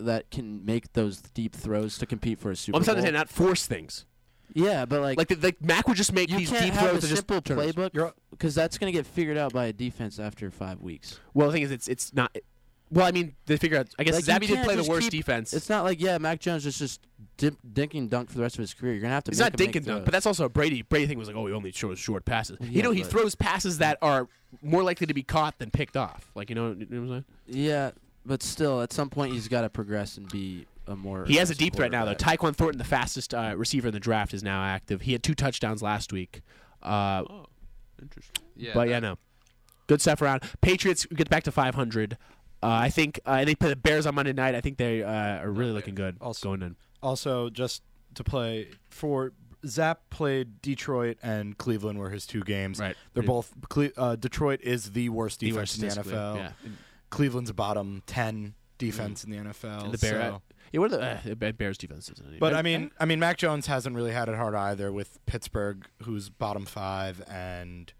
that can make those deep throws to compete for a Super
Well, I'm
Bowl.
trying to say not force things.
yeah, but like,
Like, the, like Mac would just make
you
these
can't
deep
have
throws
a
that just
simple
turnovers.
playbook because that's going to get figured out by a defense after five weeks.
Well, the thing is, it's it's not. Well, I mean, they figure out. I guess
Like, you
Zabby did
can't
play the
just
worst
keep-
defense.
It's not like yeah, Mac Jones is just dip, dink and dunk for the rest of his career. You're gonna have to.
It's
make
not
him
dink
make
and dunk,
throws.
but that's also a Brady. Brady thing was like, oh, he only throws short passes. you
Yeah,
know, he
but-
throws passes that are more likely to be caught than picked off. Like, you know, you know what I'm saying?
yeah, but still, at some point, he's got to progress and be a more.
He has a
aggressive
deep threat now, though.
quarterback.
Tyquan Thornton, the fastest uh, receiver in the draft, is now active. He had two touchdowns last week. Uh,
Oh, interesting.
Yeah,
but
that-
yeah, no, good stuff around. Patriots get back to 500. Uh, I think uh, they play the Bears on Monday night. I think they uh, are really looking good
Also-
going in.
Also, just to play for Zap played Detroit and Cleveland were his two games.
Right.
They're
Yeah.
both Cle- uh, Detroit is the worst
The
defense
worst
in the
statistically,
NFL.
yeah.
Cleveland's a bottom ten defense in the NFL.
The Bear-
so-
Yeah, what are the, uh, the Bears defense? Isn't it?
But I mean, I mean, Mac Jones hasn't really had it hard either with Pittsburgh, who's bottom five, and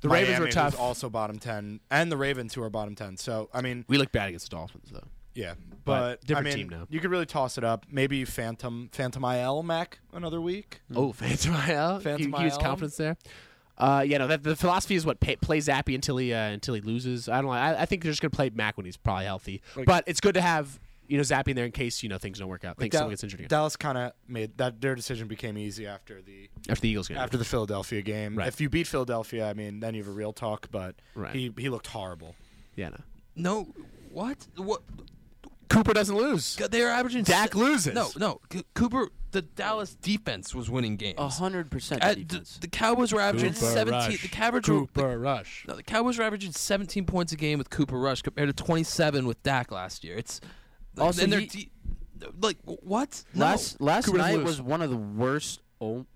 The Ravens
Miami,
were
who's
tough.
also bottom ten, and the Ravens, who are bottom ten. So I mean,
we look bad against the Dolphins, though.
yeah,
But
but,
different
I mean,
team now.
you could really toss it up. Maybe Phantom, Phantom IL Mac another week.
Oh, Phantom (laughs) IL.
Phantom
you, use
IL.
confidence there. Uh, yeah, no. That, the philosophy is what pay, play Zappy until he uh, until he loses. I don't. like- I, I think they're just gonna play Mac when he's probably healthy. but it's good to have you know Zappy in there in case you know things don't work out. Thanks,
Dal-
someone gets injured again
Dallas kind of made that their decision became easy after the
after the Eagles game.
after the Philadelphia game.
Right.
If you beat Philadelphia, I mean, then you have a real talk. But
Right.
he he looked horrible.
yeah, no.
No, what? What?
Cooper doesn't lose.
God, They're averaging.
Dak
se-
loses.
No, no. C- Cooper, the Dallas defense was winning games.
a hundred percent
Uh, the,
defense.
the Cowboys were averaging
Cooper
17.
Rush.
The Cowboys were, the,
Cooper Rush.
no, the Cowboys were averaging 17 points a game with Cooper Rush compared to 27 with Dak last year. It's
Also,
and they're
he-
de- like w- what? No.
last last
Cooper doesn't
night
lose.
was one of the worst. Oh,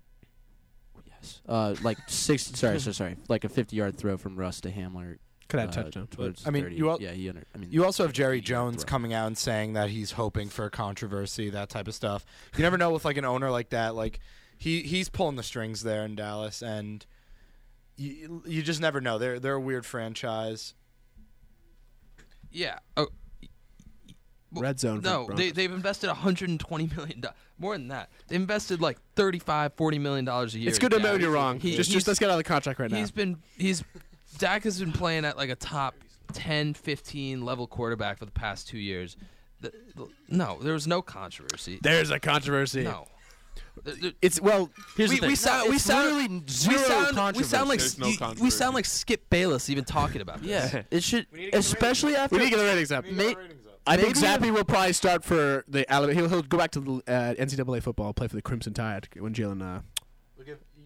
yes. Uh, like six. sorry, sorry, sorry. Like a fifty-yard throw from Russ to Hamler.
Could
uh, towards
I mean,
30.
you al-
yeah, he under. I mean,
(laughs) You also have Jerry Jones
throw.
coming out and saying that he's hoping for a controversy, that type of stuff. You never know with like an owner like that. Like he he's pulling the strings there in Dallas, and you you just never know. They're they're a weird franchise.
Yeah. Oh,
Red zone. for
no,
Broncos.
they, they've invested 120 million dollars. More than that, they invested like 35, 40 million dollars a year.
it's good to
in
know
Dak.
you're wrong.
He-
just,
he's-
just let's get out of the contract right now.
He's been he's Dak has been playing at like a top 10, 15 level quarterback for the past two years. The, the- no, there was no controversy.
There's a controversy.
no. There- there-
It's well. Here's
we,
the thing.
we sound we
it's literally
sound, we
zero
sound, we sound like
There's no
you- we
controversy.
sound like Skip Bayless even talking about this.
yeah, it should, especially after.
we need to get the ratings up.
ma-
I think
Maybe if-
Zappy will probably start for the Alabama. He'll, he'll go back to the uh, NCAA football, play for the Crimson Tide when Jalen, uh,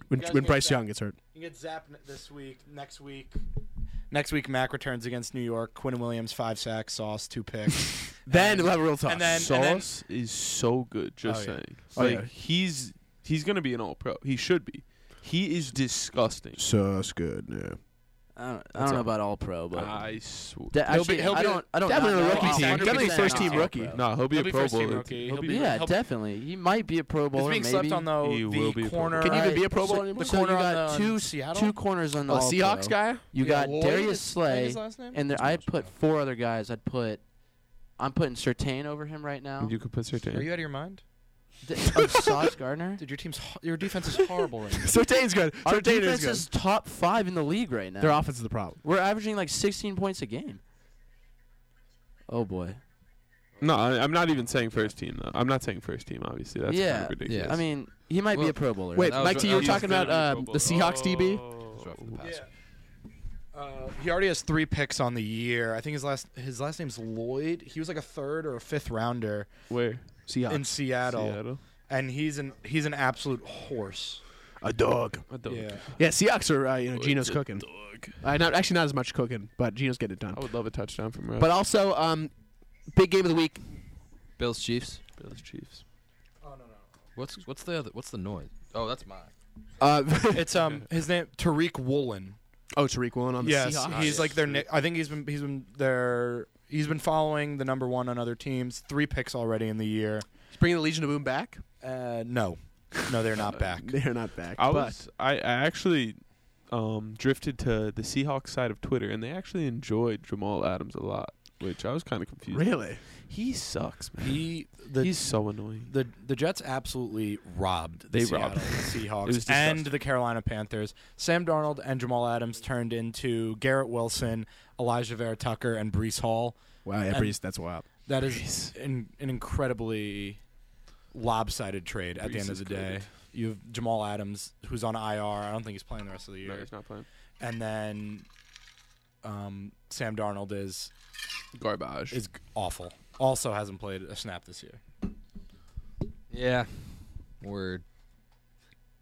when, when Bryce Young gets hurt.
You get Zap this week. Next week, next week Mac returns against New York. Quinn Williams five sacks, Sauce two (laughs) picks.
Then we'll have a real talk.
and then- and then-
Sauce is so good. Just
Oh, yeah.
saying,
Oh,
like
yeah.
he's he's gonna be an all pro. He should be. He is disgusting.
so that's good. Yeah.
I don't, I don't know about all pro, but
I swear.
Da-
He'll
actually,
be- he'll
I
be-
don't. I don't.
definitely
not
a
know.
rookie
He's
team.
100%
Definitely first
not
team
all
rookie.
pro.
No, he'll be
He'll
a
be
pro
first team
bowler.
rookie.
He'll
He'll
be-
be-
Yeah, definitely. He might be a Pro
He's
Bowler.
being
maybe.
slept on though.
He
the
will be a Pro
corner.
Can you even
Alright,
be a Pro Bowl anymore?
the
So you
corner
got
on
two
Seattle?
two corners on the
Oh,
all
Seahawks
pro.
guy?
You
Yeah,
got
Lloyd
Darius
is- I think his
Slay,
last name?
and there, I put four other guys. I'd put. I'm putting Sertain over him right now.
You could put Sertan.
(laughs) Are you out of your mind?
Th- (laughs) oh, Sauce Gardner.
Dude, your team's ho- your defense is horrible right now.
Sertain's good.
Our
Sertain is
defense
good.
is top five in the league right now.
Their offense is the problem.
We're averaging like 16 points a game. Oh boy.
No, I, I'm not even saying first team though. I'm not saying first team. Obviously, that's
Yeah,
kind of ridiculous.
yeah.
I mean, he might be
Well,
a Pro Bowler.
Wait,
that was
Mike
right.
T, you were
He's
talking
gonna
about
be a
uh,
Pro Oh.
the
Bowler.
Seahawks DB.
(laughs) Uh, he already has three picks on the year. I think his last his last name's Lloyd. He was like a third or a fifth rounder
Where?
in
Seahawks.
Seattle,
Seattle.
and he's an he's an absolute horse.
A dog.
I don't.
Yeah,
Yeah, Seahawks are, uh, you know, Geno's
a
cooking.
Dog. Oh.
Uh, not Actually, not as much cooking, but Geno's getting it done.
I would love a touchdown from Russ.
But also, um, big game of the week.
Bills Chiefs.
Bills Chiefs.
What's what's the other what's the noise? Oh, that's mine.
Uh, (laughs)
it's um his name Tariq Woolen.
oh, Tariq Woolen on the
Yes,
Seahawks.
he's like their. ni- I think he's been he's been their he's been following the number one on other teams. Three picks already in the year.
He's bringing the Legion of Boom back.
(laughs) Uh, no, no, they're not back.
They're not back.
I
but-
was. I, I actually. um, drifted to the Seahawks side of Twitter, and they actually enjoyed Jamal Adams a lot, which I was kind of confused.
Really?
He sucks, man.
He the
He's so annoying.
the the Jets absolutely robbed the
They
Seattle
robbed. It was
Seahawks
disgusting.
and the Carolina Panthers. Sam Darnold and Jamal Adams turned into Garrett Wilson, Elijah Vera Tucker, and Brees Hall.
Wow, yeah,
And-
Brees, that's wild.
That is an, an incredibly lopsided trade at
Brees
the end of
is
the day.
great.
You have Jamal Adams, who's on IR. I don't think he's playing the rest of the year.
No, he's not playing.
And then um, Sam Darnold is
Garbage.
is awful. Also hasn't played a snap this year.
Yeah. Word.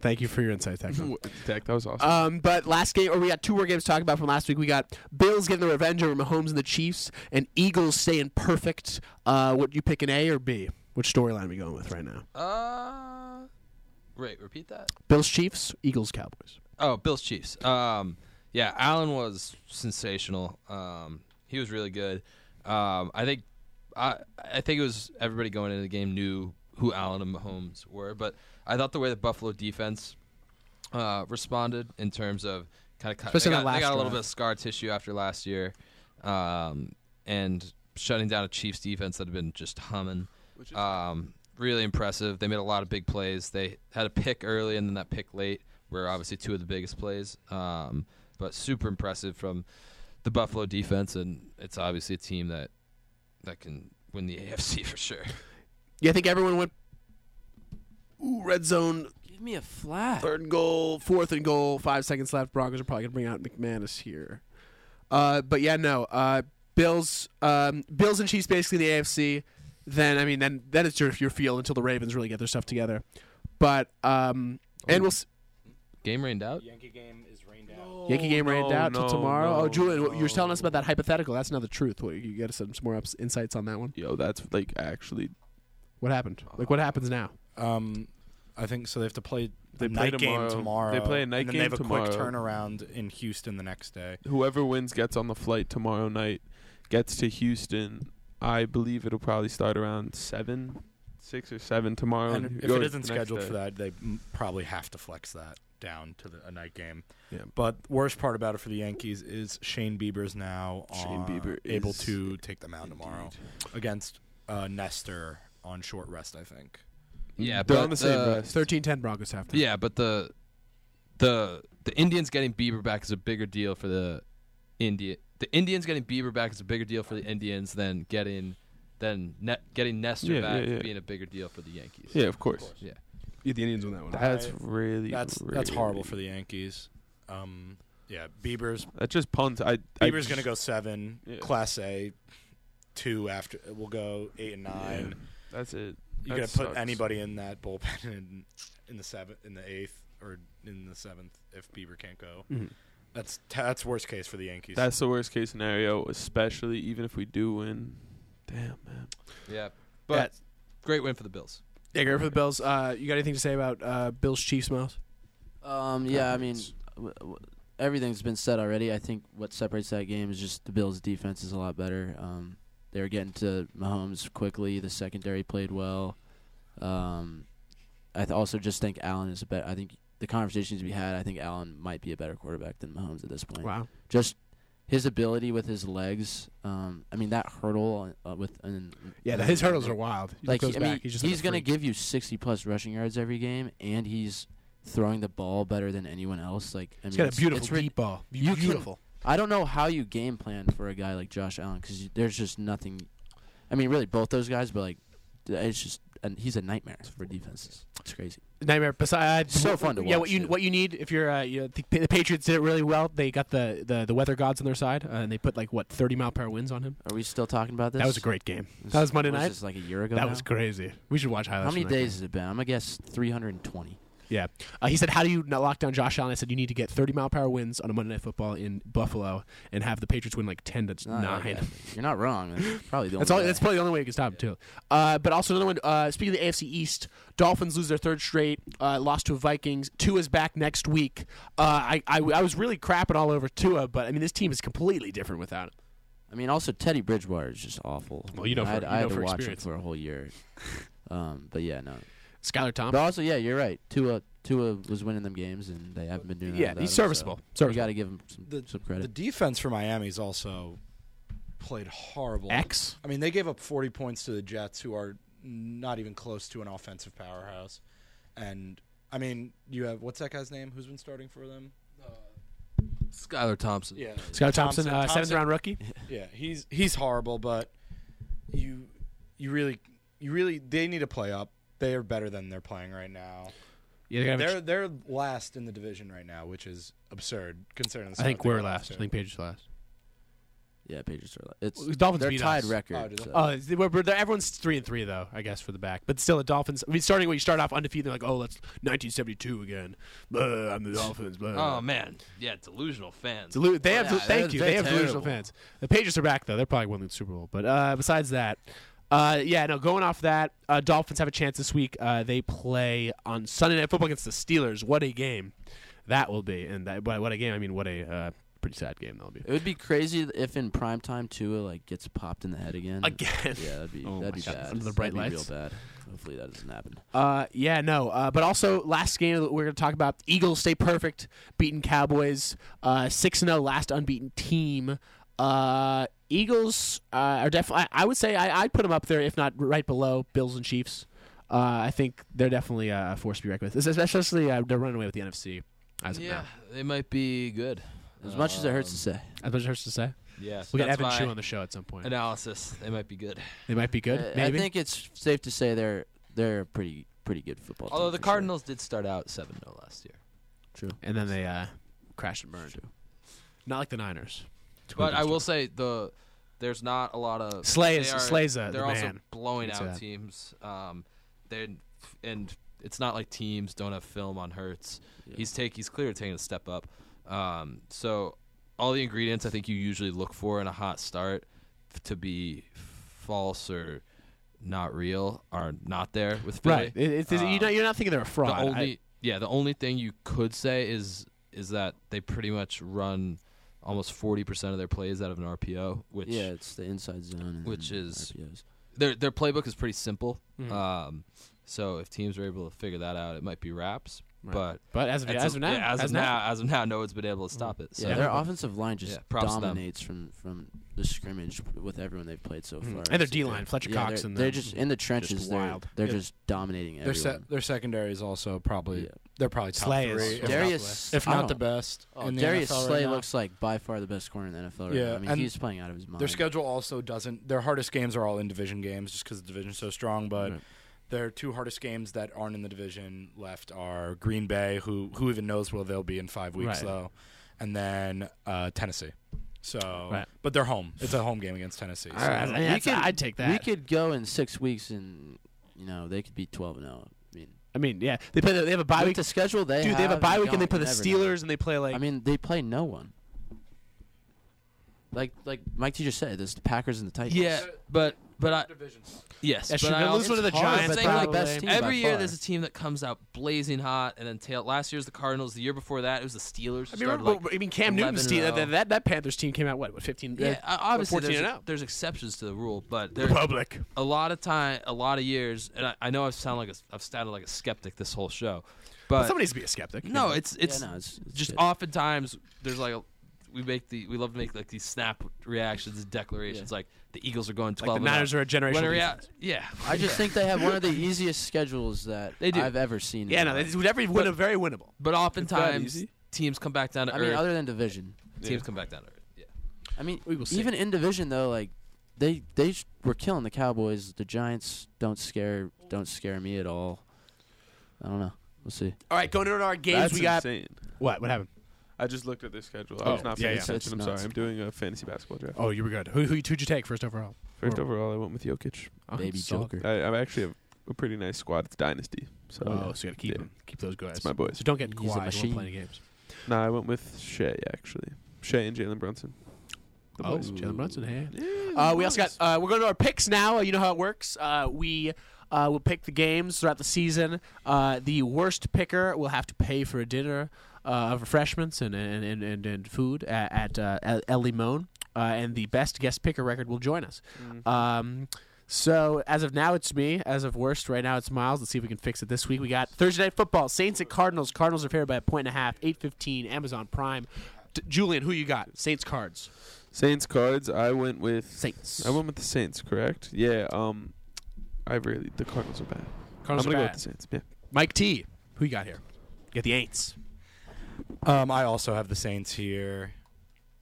Thank you for your insight, Techno.
Tech, that was awesome.
Mm-hmm. Um, but last game, or we got two more games to talk about from last week. We got Bills getting the revenge over Mahomes and the Chiefs, and Eagles staying perfect. Uh, what you picking, A or B? Which storyline are we going with right now?
Uh, wait, repeat that.
Bills Chiefs, Eagles Cowboys.
Oh, Bills Chiefs. Um, yeah, Allen was sensational. Um, he was really good. Um, I think, I I think it was everybody going into the game knew who Allen and Mahomes were, but I thought the way the Buffalo defense uh, responded in terms of kind of cut, they,
Especially
got,
that
they
last
got a little
drive.
bit of scar tissue after last year, um, and shutting down a Chiefs defense that had been just humming. Um, really impressive. They made a lot of big plays. They had a pick early and then that pick late were obviously two of the biggest plays. Um, but super impressive from the Buffalo defense, and it's obviously a team that that can win the (laughs) AFC for sure.
Yeah, I think everyone went. Ooh, red zone,
Give me a flat.
third and goal, fourth and goal, five seconds left. Broncos are probably gonna bring out McManus here. Uh, but yeah, no. Uh, Bills, um, Bills and Chiefs basically in the AFC. Then I mean, then then it's your your field until the Ravens really get their stuff together. But um, and we'll. s-
Game rained out.
Yankee game is rained out.
Yankee game rained out till
Oh, no,
tomorrow.
no,
oh, Julian, you were telling us
no.
about that hypothetical. That's another truth. What, you got some, some more ups, insights on that one.
Yo, that's like actually
What happened? Like, what happens now?
Um, I think so. They have to play
They
the
play
night
tomorrow.
game tomorrow.
They play a night
and then
game
They have a
tomorrow.
quick turnaround in Houston the next day.
whoever wins gets on the flight tomorrow night, gets to Houston. I believe it'll probably start around seven, six or seven tomorrow.
And
Oh, and
if
go
it
to
isn't
the next
scheduled
day.
for that, they m- probably have to flex that down to the, a night game.
Yeah.
But worst part about it for the Yankees is Shane Bieber's now
Shane
uh,
Bieber
able
is-
to take the mound tomorrow against uh, Nestor on short rest. I think.
Yeah,
they're
but
on the same
the-
rest.
13-10 Broncos halftime.
Yeah, but the the the Indians getting Bieber back is a bigger deal for the India. The Indians getting Bieber back is a bigger deal for the Indians than getting than ne- getting Nestor
Yeah,
back
yeah, yeah.
being a bigger deal for the Yankees.
Yeah, of course.
Yeah.
Yeah, the Indians won that one.
That's
I-
really
That's that's horrible
really-
for the Yankees. Um, yeah, Bieber's
That just puns. I
Bieber's
I,
gonna go seven,
Yeah.
Class A, two after. We'll go eight and nine.
That's it. That
You could have
sucks.
put anybody in that bullpen (laughs) in, in the seventh, in the eighth, or in the seventh if Bieber can't go.
Mhm.
That's that's worst case for the Yankees.
That's the worst case scenario, especially even if we do win. Damn man.
Yeah. But great win for the Bills.
Yeah, Gary, for the Bills, uh, you got anything to say about uh, Bills Chiefs most?
Um, yeah, I mean, w- w- everything's been said already. I think what separates that game is just the Bills' defense is a lot better. Um, they were getting to Mahomes quickly. The secondary played well. Um, I th- also just think Allen is a better. I think the conversations we had. I think Allen might be a better quarterback than Mahomes at this point.
Wow.
Just his ability with his legs. Um, I mean that hurdle uh, with and
Yeah, his hurdles are wild. He
like
goes
I mean,
back. he's just
going to give you 60 plus rushing yards every game, and he's throwing the ball better than anyone else. Like I mean,
He's got a
it's-
beautiful
it's rid-
deep ball.
you can-
Beautiful.
I don't know how you game plan for a guy like Josh Allen because there's just nothing. I mean, really, both those guys, but like, it's just and he's a nightmare for defenses. It's crazy.
Nightmare. Besides,
So fun to
yeah, what
watch,
you
dude.
what you need if you're uh, you know, the, Pa- the Patriots did it really well. They got the, the, the weather gods on their side, uh, and they put like what 30 mile per hour winds on him.
Are we still talking about this?
That was a great game.
This
that was Monday
was
night?
This like a year ago.
That
now?
was crazy. We should watch highlights.
How many
from that game.
days has it been? I'm gonna guess 320.
Yeah. Uh, he said, How do you not lock down Josh Allen? I said, You need to get 30 mile per hour wins on a Monday Night Football in Buffalo and have the Patriots win like 10 to
Not
9.
bad. You're not wrong. That's
(laughs)
probably the
That's, all,
only. way.
that's probably the only way you can stop him, too. Uh, but also, another one uh, speaking of the AFC East, Dolphins lose their third straight, uh, lost to Vikings. Tua's back next week. Uh, I, I, I was really crapping all over Tua, but I mean, this team is completely different without him.
I mean, also Teddy Bridgewater is just awful.
Well, you know
I had,
for- you
I had
know
to
for
watch
experience. (laughs)
him for a whole year. um, but yeah, no.
Skylar
But
Thompson.
also, yeah, you're right. Tua Tua was winning them games, and they haven't been doing that.
Yeah,
without
he's
him,
serviceable.
So you
Serviceable.
got to give him some, some
The
credit.
defense for Miami's also played horrible.
X.
I mean, they gave up 40 points to the Jets, who are not even close to an offensive powerhouse. And I mean, you have what's that guy's name? Who's been starting for them?
Skylar Thompson.
Yeah,
Scott Thompson, uh, seventh round rookie.
Yeah, he's he's horrible, but you you really you really they need to play up. They are better than they're playing right now.
Yeah, they gotta have a
They're they're last in the division right now, which is absurd considering. The
ch- I think
spot they
we're
got
last. I
to.
think Patriots are last.
yeah, Patriots are. It's
Well, the Dolphins
they're
beat
tied
us.
record.
Oh, did they?
so-
Uh, they were, they're- everyone's three and three though, I guess for the back. But still, the Dolphins. I mean, starting when you start off undefeated, they're like, oh, that's 1972 again. Blah, I'm the Dolphins. Blah.
Oh man, yeah, delusional fans.
Delu- they have
Oh, Yeah,
thank
they're-
you.
they're
They have delusional
terrible.
fans. The Patriots are back though. They're probably winning the Super Bowl. But uh, besides that, uh, yeah, no. Going off that, uh, Dolphins have a chance this week. Uh, they play on Sunday Night Football against the Steelers. What a game that will be! And that, by what a game, I mean what a uh, pretty sad game that'll be.
It would be crazy if in prime time Tua like gets popped in the head again.
Again.
Yeah, that'd be
Oh
that'd
my
be
God,
bad.
under the bright
that'd
lights.
Be real bad. Hopefully that doesn't happen.
Uh, yeah, no. Uh, but also, last game that we're going to talk about, Eagles stay perfect, beating Cowboys, uh, six and zero, last unbeaten team. Uh, Eagles uh, are definitely. I would say I, I'd put them up there, if not right below Bills and Chiefs. Uh, I think they're definitely uh, a force to be reckoned with, especially uh, they're running away with the NFC. As of
Yeah,
now,
they might be good.
As much as it hurts to say,
as much as it hurts to say,
Yeah,
we will get
that's
Evan
my
Chu on the show at some point.
analysis. They might be good.
They might be good.
Uh,
maybe.
I think it's safe to say they're they're a pretty pretty good football. team
Although the
for sure.
Cardinals did start out 7 0 last year.
and then they uh, crashed and burned. Not like the Niners.
But I will say the there's not a lot of
Slay is-
they are-
Slay's a-
They're
the
also
man.
blowing
It's
out
a-
teams. Um, they and it's not like teams don't have film on Hertz. He's take he's clearly taking a step up. Um, so all the ingredients I think you usually look for in a hot start f- to be false or not real are not there with Philly.
Right. It, it's, you're, not, you're not thinking they're a fraud.
uh, The
I-
only yeah, the only thing you could say is is that they pretty much run almost forty percent of their plays out of an RPO, which
Yeah, it's the inside zone. And
which
then
is-
RPOs.
their their playbook is pretty simple.
Mm-hmm.
Um, so if teams are able to figure that out, it might be wraps. But
But as of,
it's
as
a-
of now,
yeah, as, of now, as of now, no one's been able to stop it. So
Mm. yeah, their offensive line just
Yeah, props to them.
dominates from from the scrimmage with everyone they've played so far.
Mm-hmm. and their
So
D line, Fletcher
yeah,
Cox,
they're,
and
they're
them.
just in the trenches. they're
wild.
they're
Yeah.
just dominating
Their
everyone.
se- their secondary is also probably
Yeah.
they're probably top
Slay is-
three, if not-
Darius,
if
I
not the
don't-
best.
Oh,
in the
Darius
NFL right
Slay
now.
looks like by far the best corner in the NFL right
Yeah,
now. I mean,
and
he's playing out of his mind.
Their schedule also doesn't. Their hardest games are all in division games, just because the division's so strong. But
Right.
their two hardest games that aren't in the division left are Green Bay, who who even knows where they'll be in five weeks
Right.
though, and then uh, Tennessee. So,
Right.
but they're home. It's a home game against Tennessee.
All right, I
so-
mean, that's-
could-
I'd take that.
We could go in six weeks, and you know they could be twelve and zero. I mean,
I mean, yeah, they play. The, they have a bye
with
week.
the schedule they
dude,
have,
they have a bye
you
week, and they
don't-
play the
you never know.
Steelers, and they play like.
I mean, they play no one. Like like Mike T just said, there's the Packers and the Titans.
yeah, but but I yes,
yeah,
but
should
I
they lose
also-
one to the
hard, but
Giants?
they're the
probably.
best team. by
Every year,
far.
there's a team that comes out blazing hot, and then tail. Last year's the Cardinals. The year before that, it was the Steelers.
I
who
mean,
started,
remember-
like,
I mean, Cam Newton's
11
team.
and
That,
0.
that that Panthers team came out what? What fifteen?
Yeah,
uh,
uh, obviously
14 and
there's,
out.
there's exceptions to the rule, but
The
there
public.
a lot of time, a lot of years, and I, I know I've sound like a, I've sounded like a skeptic this whole show, but
Somebody needs to be a skeptic.
(laughs) no, it's it's
no, it's- it's
just
good.
oftentimes there's like a, we make the we love to make like these snap reactions, and declarations like the Eagles are going
like the
twelve. and
Niners
up.
are a generation.
when a rea- yeah,
I just think they have one of (laughs) the easiest schedules that
They do.
I've ever seen. in
yeah,
my
no,
life.
they every win a very winnable.
but oftentimes
easy.
teams come back down to
I
earth.
mean, other than division.
teams come back down to earth. Yeah.
I mean,
We will see.
even in division though, like they they sh- were killing the Cowboys. The Giants don't scare don't scare me at all. I don't know. We'll see.
All right, going into our games,
That's
we got
insane.
what? What happened?
I just looked at their schedule.
Oh,
I was not
yeah,
paying
yeah.
It's
attention. I'm
nuts.
sorry. I'm doing a fantasy basketball draft.
Oh, you were good. Who who who'd you take first overall?
First overall, I went with Jokic.
Oh,
Baby
solid.
Joker.
I, I actually have a pretty nice squad. It's dynasty, so
Oh, so you got to keep
Yeah.
them. Keep those guys.
it's my boys.
So don't get
He's a
quiet when
machine.
playing games.
No, I went with Shea actually. Shea and Jalen Brunson. The
Oh,
boys.
Jalen Brunson, hey.
Yeah,
Uh, we also got.
nice.
Uh, we're going to our picks now. You know how it works. Uh, we uh, will pick the games throughout the season. Uh, the worst picker will have to pay for a dinner uh, of refreshments and and and, and, and food at, at uh, El- El Limon, uh, and the best guest picker record will join us. Um, So as of now, it's me. As of worst, right now it's Miles. Let's see if we can fix it this week. We got Thursday night football: Saints at Cardinals. Cardinals are favored by a point and a half. Eight fifteen. Amazon Prime. D- Julian, who you got? Saints cards.
Saints cards. I went with
Saints.
I went with the Saints, correct? Yeah. Um, I really the Cardinals are bad.
Cardinals are
I'm gonna go
bad.
with the Saints. Yeah.
Mike T. Who you got here? You got the Aints.
Um, I also have the Saints here.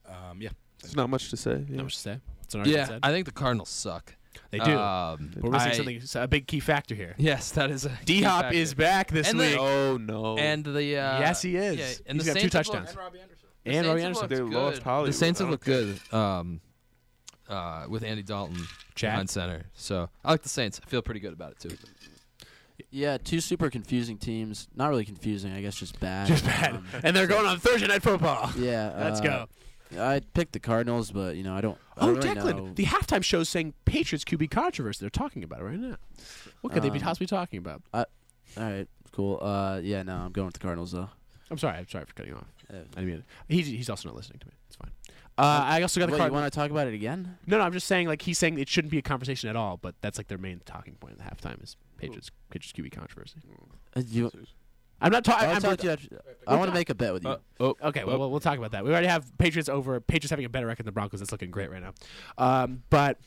Um, yeah.
There's not much to say. yeah.
No much to say. It's an argument
Yeah,
said.
I think the Cardinals suck.
they do.
uh,
Um,
But we're missing
I-
something. A big key factor
(laughs)
here.
(laughs) Yes, that is a
D Hop
key
is
factor.
back this
And the-
week.
Oh no.
And the uh,
yes, he is.
Yeah, and
He's
the
got two
Saints have
touchdowns.
looked- the
and
Saints
Robbie
have
Anderson.
looked
they
good.
lost Hollywood.
The Saints
I
have
don't
looked good um, uh, with Andy Dalton
Chad?
behind center. So I like the Saints. I feel pretty good about it too.
Yeah, two super confusing teams. Not really confusing, I guess, just bad.
Just bad.
Um,
and they're going on Thursday night football.
yeah,
Let's
uh,
go.
I picked the Cardinals, but you know I don't. I
Oh,
don't really
Declan,
know.
the halftime show is saying Patriots QB controversy. They're talking about it right now. What could they be
Um,
possibly talking about?
All right, cool. Uh, yeah, no, I'm going with the Cardinals though.
I'm sorry. I'm sorry for cutting you off.
Uh,
I didn't mean, it. he's he's also not listening to me. It's fine. Uh, I also got the
Wait,
card.
you want to talk about it again?
no, no. I'm just saying like he's saying it shouldn't be a conversation at all. But that's like their main talking point at halftime is Patriots Patriots QB controversy.
Uh, you,
I'm not talking.
I'll
I'm
talk to you after, I want to make a bet with you.
Uh, oh,
Okay, well, we'll, we'll talk about that. We already have Patriots over Patriots having a better record than the Broncos. That's looking great right now. Um, but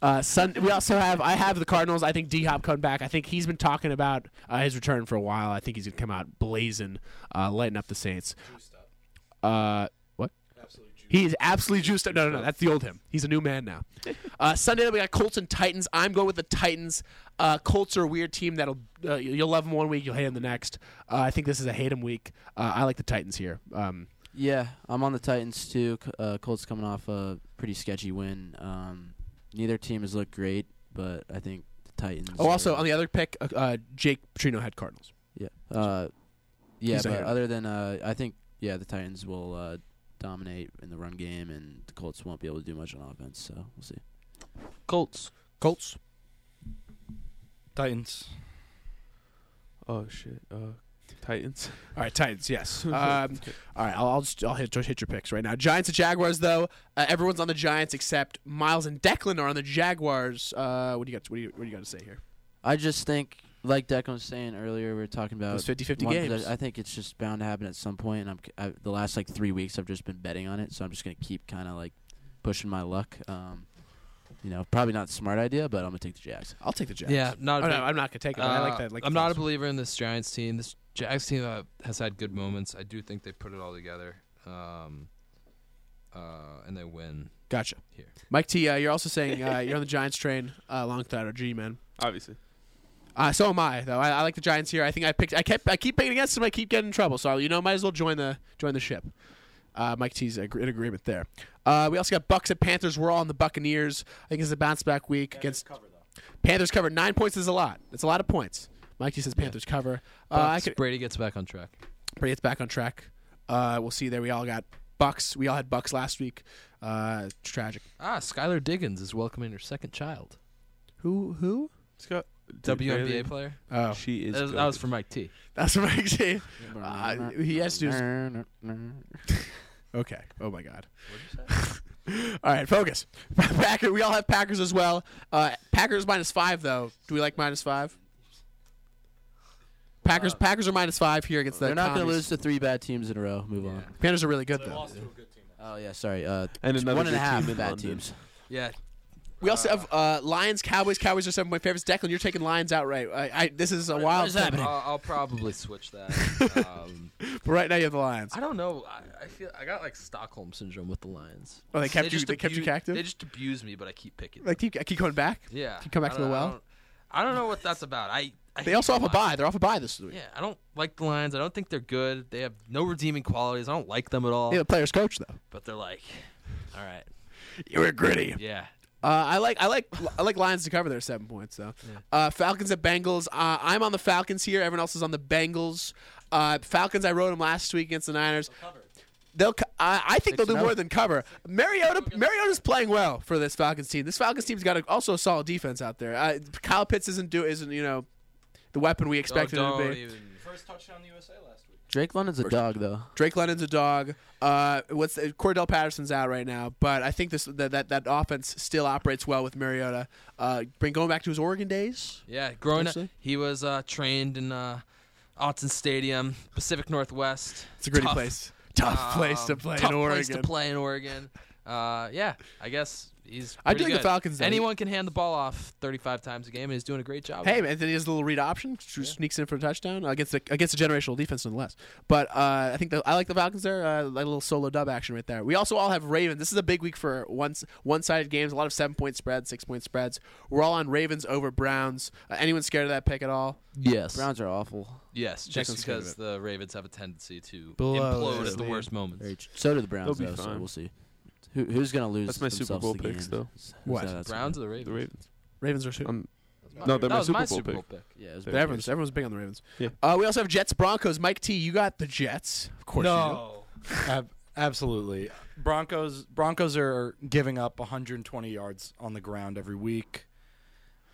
uh, Sun, we also have I have the Cardinals. I think D Hop coming back. I think he's been talking about uh, his return for a while. I think he's gonna come out blazing, uh, lighting up the Saints. Uh, what? He is absolutely juiced up. No, no, no. That's the old him. He's a new man now. Uh, Sunday night we got Colts and Titans. I'm going with the Titans. Uh, Colts are a weird team that'll uh, you'll love them one week, you'll hate them the next. Uh, I think this is a hate them week. Uh, I like the Titans here. Um,
Yeah, I'm on the Titans too. C- Uh, Colts coming off a pretty sketchy win. Um, neither team has looked great, but I think the Titans.
Oh, also
are-
on the other pick, uh, uh, Jake Petrino had Cardinals.
yeah, uh, yeah.
He's not
But
here.
other than uh, I think yeah, the Titans will uh, dominate in the run game, and the Colts won't be able to do much on offense. So we'll see.
Colts.
Colts.
Titans.
oh shit. Uh, Titans. (laughs)
All right, Titans. Yes. (laughs) Um, all right, I'll, I'll just I'll hit, just hit your picks right now. Giants and Jaguars, though. Uh, everyone's on the Giants except Miles and Declan are on the Jaguars. Uh, what do you got? What do you, what do you got to say here?
I just think, like Declan was saying earlier, we were talking about
Those 50-50
one
games.
possession- I think it's just bound to happen at some point, and I'm c- I, the last like three weeks I've just been betting on it, so I'm just gonna keep kind of like pushing my luck. Um, you know, probably not a smart idea, but I'm gonna take the Jags.
I'll take the Jags.
Yeah, not.
Oh,
A
no,
big-
I'm not gonna take them. I like
Uh,
that. Like
I'm not a believer in this Giants team. This Jags team uh, has had good moments. I do think they put it all together, um, uh, and they win.
gotcha.
Here.
Mike T, uh, you're also saying uh, you're on the Giants train uh, alongside our G man.
Obviously.
Uh, so am I though. I, I like the Giants here. I think I picked. I kept. I keep picking against them. I keep getting in trouble. So you know, might as well join the join the ship. Uh, Mike T's ag- in agreement there. Uh, we also got Bucks at Panthers. We're all on the Buccaneers. I think it's a bounce back week against Panthers cover. Nine points is a lot. It's a lot of points. Mike T says Panthers cover. Uh, I
Bucks,
could
Brady gets back on track.
Brady gets back on track. Uh, we'll see. There we all got Bucks. We all had Bucks last week. Uh, tragic.
Ah, Skylar Diggins is welcoming her second child.
Who? Who?
Scott.
WNBA player.
Oh,
She is.
That was, that was for Mike T.
(laughs) that's what Mike T. Uh, he has to do his Okay. Oh my God. (laughs) all right, focus. Packer. We all have Packers as well. Uh, Packers minus five though. Do we like minus five? Packers. Packers are minus five here against the.
They're not gonna
commies.
lose to three bad teams in a row. Move on.
Panthers are really good though.
Oh yeah, sorry. Uh,
And another
one and a
good
half
team in
bad
London.
teams.
Yeah,
We also have uh, Lions, Cowboys. Cowboys are some of my favorites. Declan, you're taking Lions outright. I, I, this is a wild.
is happening?
I'll, I'll probably
(laughs)
switch that. Um,
But right now you have the Lions.
I don't know. I, I feel I got like Stockholm syndrome with the Lions.
Oh, they kept you.
just
They kept you
abu-
captive.
They just abuse me, but I keep picking.
like keep, keep going back.
yeah,
keep coming back
I
to the
don't- I
well.
don't- I don't know what that's about. I, I
They
hate
also
the
off a
Lions.
bye. They're off a bye this week.
Yeah, I don't like the Lions. I don't think they're good. They have no redeeming qualities. I don't like them at all.
They have a players coach though.
But they're like, all right,
You're gritty.
yeah.
Uh, I like I like I like Lions to cover their seven points though. Uh, Falcons at Bengals. Uh, I'm on the Falcons here. Everyone else is on the Bengals. Uh, Falcons. I wrote them last week against the Niners. They'll. co- I, I think they'll do more than cover. Mariota. Mariota's playing well for this Falcons team. This Falcons team's got a, also a solid defense out there. Uh, Kyle Pitts isn't do isn't you know the weapon we expected
Oh,
him to
don't
be.
even.
First touchdown in the USA last week.
Drake London's a dog, though.
Drake London's a dog. Uh, what's the, Cordell Patterson's out right now, but I think this that that, that offense still operates well with Mariota. Uh, bring going back to his Oregon days.
Yeah, growing up,
Potentially.
he was uh, trained in uh, Autzen Stadium, Pacific Northwest.
It's a gritty
Tough.
place. Tough place to
Um,
play
tough
in Oregon.
place to play in Oregon. Uh, yeah, I guess he's.
I do like
pretty
the
good.
Falcons, though.
Anyone can hand the ball off 35 times a game, and he's doing a great job.
Hey man, then he has a little read option, who sneaks in for a touchdown against the against a generational defense nonetheless. But uh, I think the, I like the Falcons there. Uh, like a little solo dub action right there. We also all have Ravens. This is a big week for one one sided games. A lot of seven point spreads, six point spreads. We're all on Ravens over Browns. Uh, anyone scared of that pick at all?
Yes.
Browns are awful.
Yes, just
Jackson's good
because the Ravens have a tendency to
Blow
implode
this
at the
lead.
worst moments.
Very tr- so do the Browns,
They'll be
though. So
fine.
we'll see. Who, who's gonna lose?
That's my Super
themselves
Bowl
the
picks,
game?
though.
So
What?
that's-
Browns or the
The
Ravens?
Ravens.
Ravens are who?
Um, no, they're
that
my
was
Super
my
Bowl
Super
pick.
Bowl pick.
Yeah, it was
They're-
bad.
Everyone's everyone's big on the Ravens.
Yeah.
Uh, we also have Jets Broncos. Mike T, you got the Jets, of course.
No.
Ab- absolutely. Broncos Broncos are giving up
120 yards on the ground every week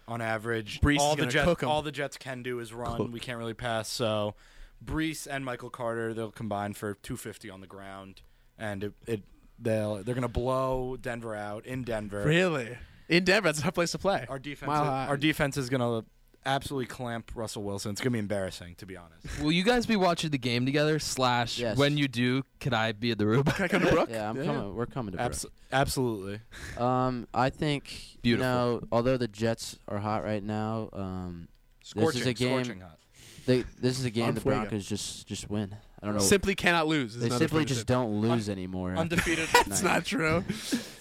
on average.
Brees is
all the
gonna
Jets,
cook 'em.
all the Jets can do is run. We can't really pass. So Brees and Michael Carter, they'll combine for 250 on the ground, and it, it they'll they're gonna blow Denver out in Denver.
You. Really? In Denver, that's a tough place to play.
Our defense,
Mile high.
our defense is gonna absolutely clamp Russell Wilson. It's gonna be embarrassing, to be honest.
Will you guys be watching the game together? Slash,
Yes.
when you do, could I be at the room?
Can I come to Brook?
Yeah, I'm coming. We're coming to
Abs- absolutely.
Brooke. Um, I think you
Beautiful.
know, although the Jets are hot right now, um,
Scorching,
this is a game.
scorching hot.
They this is a game
On
the
fuego.
Broncos just just win. I don't know.
Simply cannot lose. is
they
another
simply
thing to
just
say.
don't lose anymore. (laughs)
Undefeated,
It's not true.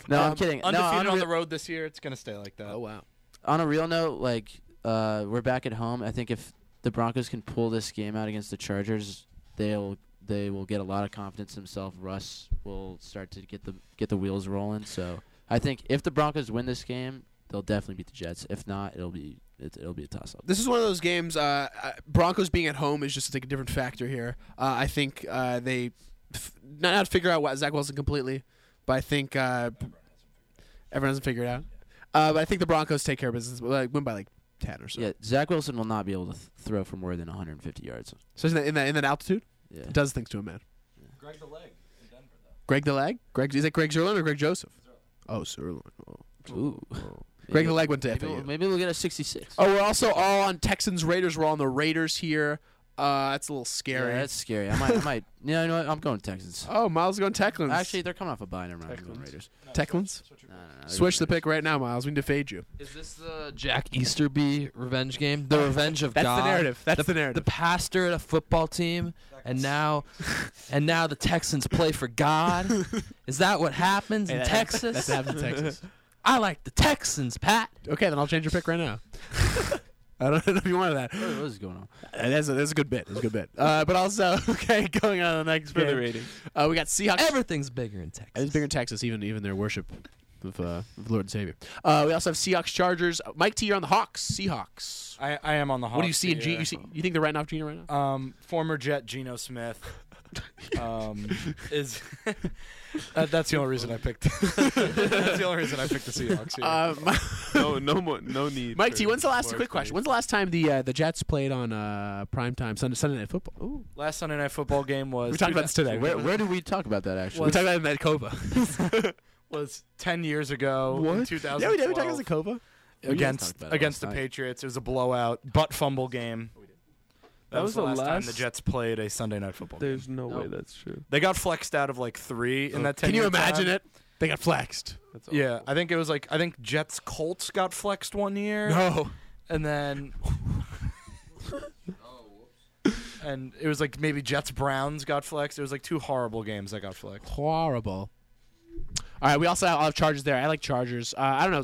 no,
um,
I'm kidding. No,
undefeated
on, a
on
re-
the road this year. It's gonna stay like that.
oh wow.
on a real note, like uh, we're back at home. I think if the Broncos can pull this game out against the Chargers, they'll they will get a lot of confidence in themselves. Russ will start to get the get the wheels rolling. So I think if the Broncos win this game, they'll definitely beat the Jets. If not, it'll be it, it'll be a toss up.
This is one of those games. Uh, uh, Broncos being at home is just like a different factor here. Uh, I think uh, they f- not not figure out what Zach Wilson completely, but I think uh, everyone hasn't figured it out. Uh, but I think the Broncos take care of business. Like win by like ten or so.
Yeah, Zach Wilson will not be able to th- throw for more than 150 yards.
So in that, in that in that altitude,
Yeah,
it does things to a man. Greg the leg. Greg the leg. Greg is that Greg Zerlin or Greg Joseph? Oh, Zerlin. Oh.
Ooh.
Greg the leg went to
Maybe,
FAU.
we'll, maybe we'll get a 66.
Oh, we're also all on Texans Raiders. We're all on the Raiders here. Uh, that's a little
yeah,
scary.
that's scary. I might, I might. (laughs) Yeah, you know what? I'm going Texans.
oh, Miles is going Techlands.
Actually, they're coming off a bye. Never mind. I'm going Raiders.
Techlands.
No, no, no, they're
Switch the
going Raiders.
pick right now, Miles. We need to fade you.
(laughs) Is this the Jack Easterby revenge game? The revenge of God.
That's the,
The
narrative. (laughs)
pastor at a football team, and (laughs) now, and now the Texans play for God. Is that what happens in Texas?
happens in Texas.
I like the Texans, Pat.
(laughs) Okay, then I'll change your pick right now. (laughs) I don't know if you wanted that. Uh,
What is going on?
That's a, that's a good bit. That's a good bit. Uh, but also, (laughs) okay, going on to the next (laughs)
For the
game.
ratings.
Uh, we got Seahawks.
Everything's bigger in Texas.
It's bigger in Texas, even even their worship of, uh, of Lord and Savior. Uh, we also have Seahawks Chargers. Uh, Mike T, you're on the Hawks. Seahawks.
I, I am on the. Hawks
what do you see in G?
here.
You, see, you think they're writing off Gina right now?
um, former Jet
(laughs)
Geno Smith um, is. that, that's the only reason I picked. (laughs) that's the only reason I picked the Seahawks. Here.
Uh, Mi-
(laughs) No, no more, no need.
Mike
for
T, when's the last
more
quick question? When's the last time the uh, the Jets played on uh, primetime Sunday, Sunday Night Football? Ooh.
Last Sunday night football game was.
We talked about this today.
Where, where did we talk about that actually?
we talked about it in that Copa.
(laughs) was ten years ago. In
What?
2012,
Yeah, we did. We talked about the Copa.
against
talked about it
against the
last night.
Patriots. It was a blowout, butt fumble game.
Oh,
That,
That was
was, the
the
last, time
last-
the Jets played a Sunday night football game.
There's no,
No.
way that's true.
They got flexed out of like three in that.
Uh,
10
Can you imagine it? They got flexed.
That's
Yeah,
awful.
I think it was like I think Jets Colts got flexed one year.
No. (laughs)
and then and it was like maybe Jets Browns got flexed. It was like two horrible games that got flexed.
Horrible. All right, we also have, I'll have Chargers there. I like Chargers. Uh, I don't know,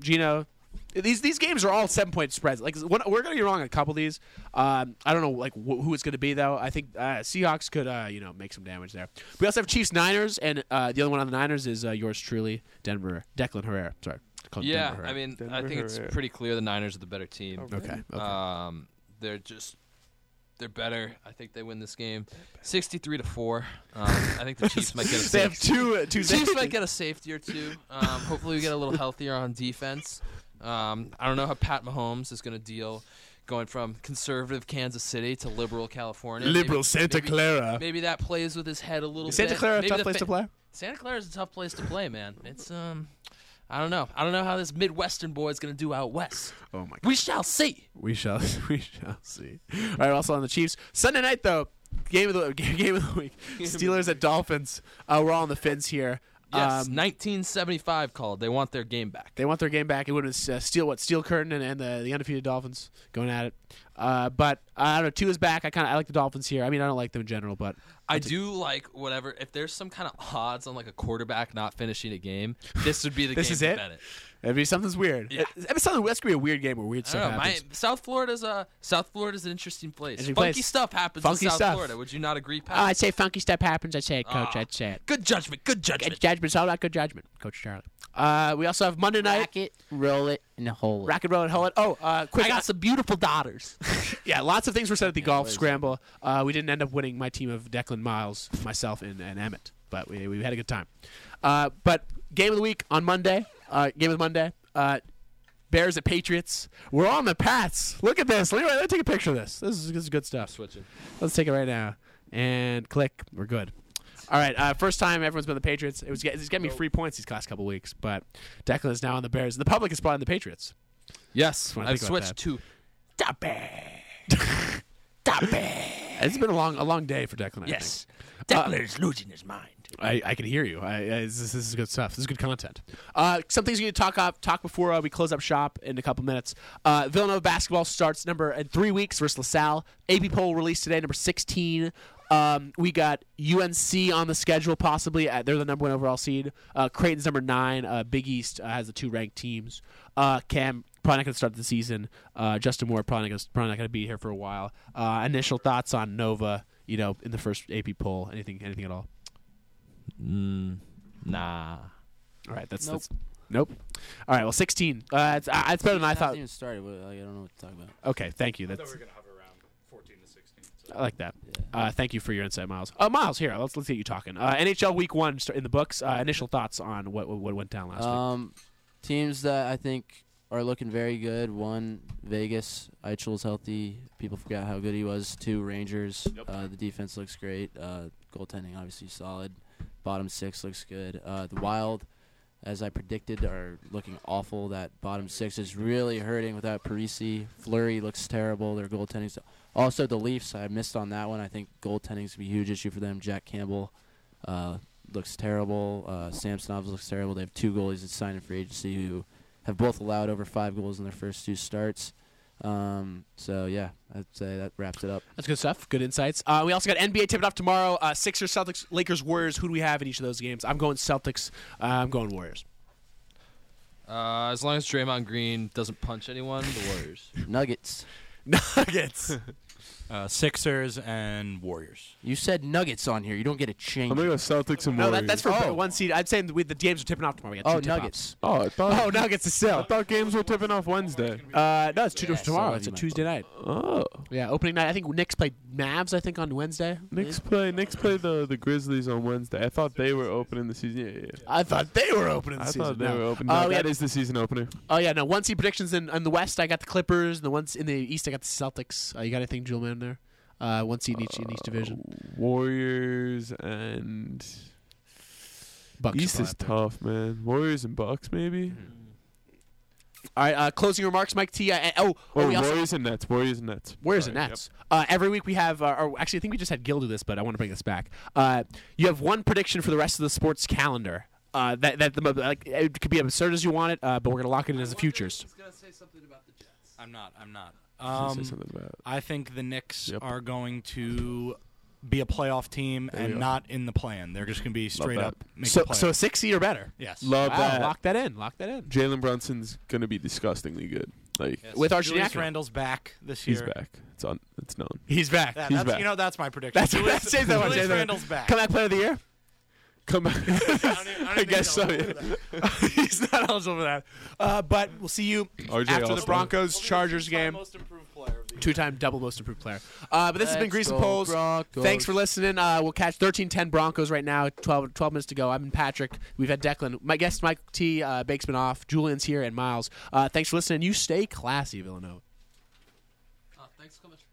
Gino. These these games are all seven point spreads. Like one, we're gonna be wrong on a couple of these. Um, I don't know like wh- who it's gonna be though. I think uh, Seahawks could uh, you know make some damage there. We also have Chiefs Niners, and uh, the other one on the Niners is uh, yours truly Denver Declan Herrera. Sorry, Called
Yeah,
Denver Herrera.
I mean, I
Denver
think it's
Herrera.
pretty clear the Niners are the better team.
okay, okay.
Um, they're just they're better. I think they win this game, sixty-three to four. Um, I
(laughs)
think the Chiefs might get
(laughs)
a
they have
safety.
two uh, two.
Chiefs might get a safety or two. Um, hopefully, we get a little healthier on defense. Um, I don't know how Pat Mahomes is going to deal going from conservative Kansas City to liberal California.
Liberal
Maybe-
Santa
maybe-
Clara.
Maybe that plays with his head a little.
Santa
bit.
Clara, a
Maybe
tough
the
place
fa-
to play.
Santa Clara is a tough place to play, man. It's um, I don't know. I don't know how this Midwestern boy is gonna do out west.
Oh my
We shall see.
We shall (laughs) we shall see. All right, also on the Chiefs Sunday night though, game of the (laughs) game of
(laughs)
the week. Steelers at Dolphins. Uh, we're all on the fence here.
Yes,
Um,
1975 called. They want their game back.
they want their game back. It would have been uh, steel what steel curtain and, and the, the undefeated Dolphins going at it. Uh, but uh, I don't know. Two is back. I kind of I like the Dolphins here. I mean, I don't like them in general, but
I do like whatever. If there's some kind of odds on like a quarterback not finishing a game, this would be the
This
game
is
to
it?
bet it.
I mean something's weird.
Yeah.
It- it's something that's gonna be a weird game where weird
I don't
stuff
know.
happens.
My- South Florida's a South Florida's an interesting place.
Interesting
Funky
place.
stuff happens
Funky
in South
stuff.
Florida. Would you not agree, Pat?
Oh, I'd say funky stuff happens. I'd say it, coach.
Ah.
I'd say it.
good judgment. Good judgment.
Good judgment. It's all about good judgment, Coach Charlie. Uh, we also have Monday night.
Rack it, roll it, and hold it.
Rock and roll and hold it. Oh, uh, quick.
I got some beautiful daughters.
Yeah, lots of things were said at the golf scramble. Uh, we didn't end up winning my team of Declan Miles, myself, and, and Emmett, but we, we had a good time. Uh, but game of the week on Monday, uh, game of Monday, uh, Bears at Patriots. We're on the Pats. Look at this. Let me, let me take a picture of this. This is, this is good stuff.
Switching.
Let's take it right now and click. We're good. All right, uh, first time everyone's been the Patriots. It was get- it's getting me free points these last couple weeks, but Declan is now on the Bears. The public is probably on the Patriots.
(laughs) Yes,
wanna
I've
think about
switched
that.
to
(laughs) It's been a long, a long day for Declan. I think.
yes. Declan is losing his mind.
I, I can hear you. I, I, this, this is good stuff. This is good content. Uh, some things we need to talk up, talk before uh, we close up shop in a couple minutes. Uh, Villanova basketball starts number in three weeks versus LaSalle. AP poll released today, number sixteen. Um, we got UNC on the schedule possibly. Uh, they're the number one overall seed. Uh, Creighton's number nine. Uh, Big East uh, has the two ranked teams. Uh, Cam probably not going to start the season. Uh, Justin Moore probably not gonna, probably not going to be here for a while. Uh, initial thoughts on Nova? You know, in the first AP poll, anything, anything at all?
Nah.
All right, that's
Nope.
that's nope. All right, well, sixteen. Uh, it's, uh, it's better than I
It's not
thought.
even started. What- like, I don't know what to talk about.
Okay, thank you. That's
gonna hover around 14 to 16.
I like that. Uh, thank you for your insight, Miles. Uh, Miles, here, let's let's get you talking. Uh, NHL Week One st- in the books. Uh, initial thoughts on what what, what went down last week.
Um, teams that I think are looking very good. One, Vegas. Eichel's healthy. People forgot how good he was. Two, Rangers. Uh, the defense looks great. Uh, goaltending obviously solid. Bottom six looks good. Uh, the Wild, as I predicted, are looking awful. That bottom six is really hurting without Parisi. Flurry looks terrible. Their goaltending's also the Leafs. I missed on that one. I think goaltending's gonna be a huge issue for them. Jack Campbell. Uh, looks terrible. Uh, Sam Snobs looks terrible. They have two goalies that signed in free agency who have both allowed over five goals in their first two starts. Um, so yeah, I'd say that wraps it up.
That's good stuff. Good insights. Uh, we also got NBA tipped off tomorrow. Uh, Sixers, Celtics, Lakers, Warriors. Who do we have in each of those games? I'm going Celtics. Uh, I'm going
(laughs)
Warriors.
Uh, as long as Draymond Green doesn't punch anyone, the Warriors.
Nuggets.
Nuggets.
Uh, Sixers and Warriors.
You said Nuggets on here. You don't get a change.
I'm gonna go Celtics
(laughs)
and
no,
Warriors.
that, that's for one seed. I'm saying we, the games are tipping off tomorrow. We got
Oh,
two tip-offs.
Nuggets.
oh, I thought,
Oh, Nuggets is
I
still.
(laughs)
thought games were tipping off Wednesday.
Uh, no, it's two
Yeah,
tomorrow.
so
it's a
you might-
Tuesday night.
Oh,
Yeah, opening night. I think Knicks played Mavs. I think on Wednesday.
Knicks play Knicks play the the Grizzlies on Wednesday. I thought they were opening the season. Yeah, yeah. yeah.
I thought they were opening the
I
season.
thought they
no.
were opening.
Uh,
No,
we
that
had-
is the season opener.
Oh yeah, no. One seed predictions in, in the West. I got the Clippers. And the ones in the East, I got the Celtics. Uh, you got anything, Jewel Man? There. Uh, one seed in each in each division.
Uh, Warriors and
Bucks
Oh,
Mm-hmm.
East
are
is
flat.
tough, man. Warriors and Bucks maybe.
All right. Uh, closing remarks, Mike T. Uh, and- oh, oh,
Or
we also,
Warriors and Nets. Warriors and Nets.
Warriors
Sorry,
and Nets. Uh, every week we have, uh, or actually, I think we just had Gil do this, but I want to bring this back. Uh, you have one prediction for the rest of the sports calendar. Uh, that that the, mo- like it could be absurd as you want it, uh, but we're gonna lock it in as the futures.
I'm not. I'm
Yep.
not.
Say
Um,
something about it.
I think the Knicks
Yep.
are going to be a playoff team
There you
and
go.
not in the plan. They're just going to be straight
that.
up. Make
So
the
so
playoff.
a six seed or better.
yes.
Love
Wow,
that.
lock that in. Lock that in.
Jalen Brunson's gonna be disgustingly good. Like
With Archie
Julius
Diacono.
Randle's back this year.
he's back. It's on. It's known.
He's back.
Yeah,
He's
that's,
back.
You know, that's my prediction.
That's
(laughs)
Julius,
change that one.
Julius
change that one.
Randle's back.
Comeback player of the year?
Come back.
I, don't even- I,
(laughs)
don't
I
even
guess so.
know.
Yeah.
(laughs) He's not eligible for that. Uh, but we'll see you
RJ
after the
All-Star.
Broncos Chargers game.
Most improved player of the
Two time double most improved player. Uh, but this has been
Let's
Grease and
go,
Poles.
Broncos.
Thanks for listening. Uh, we'll catch 13-10 Broncos right now. 12, 12 minutes to go. I've been Patrick. We've had Declan. My guest Mike T. Uh, Bakesman off. Julian's here and Miles. Uh, thanks for listening. You stay classy, Villanova.
Thanks so much.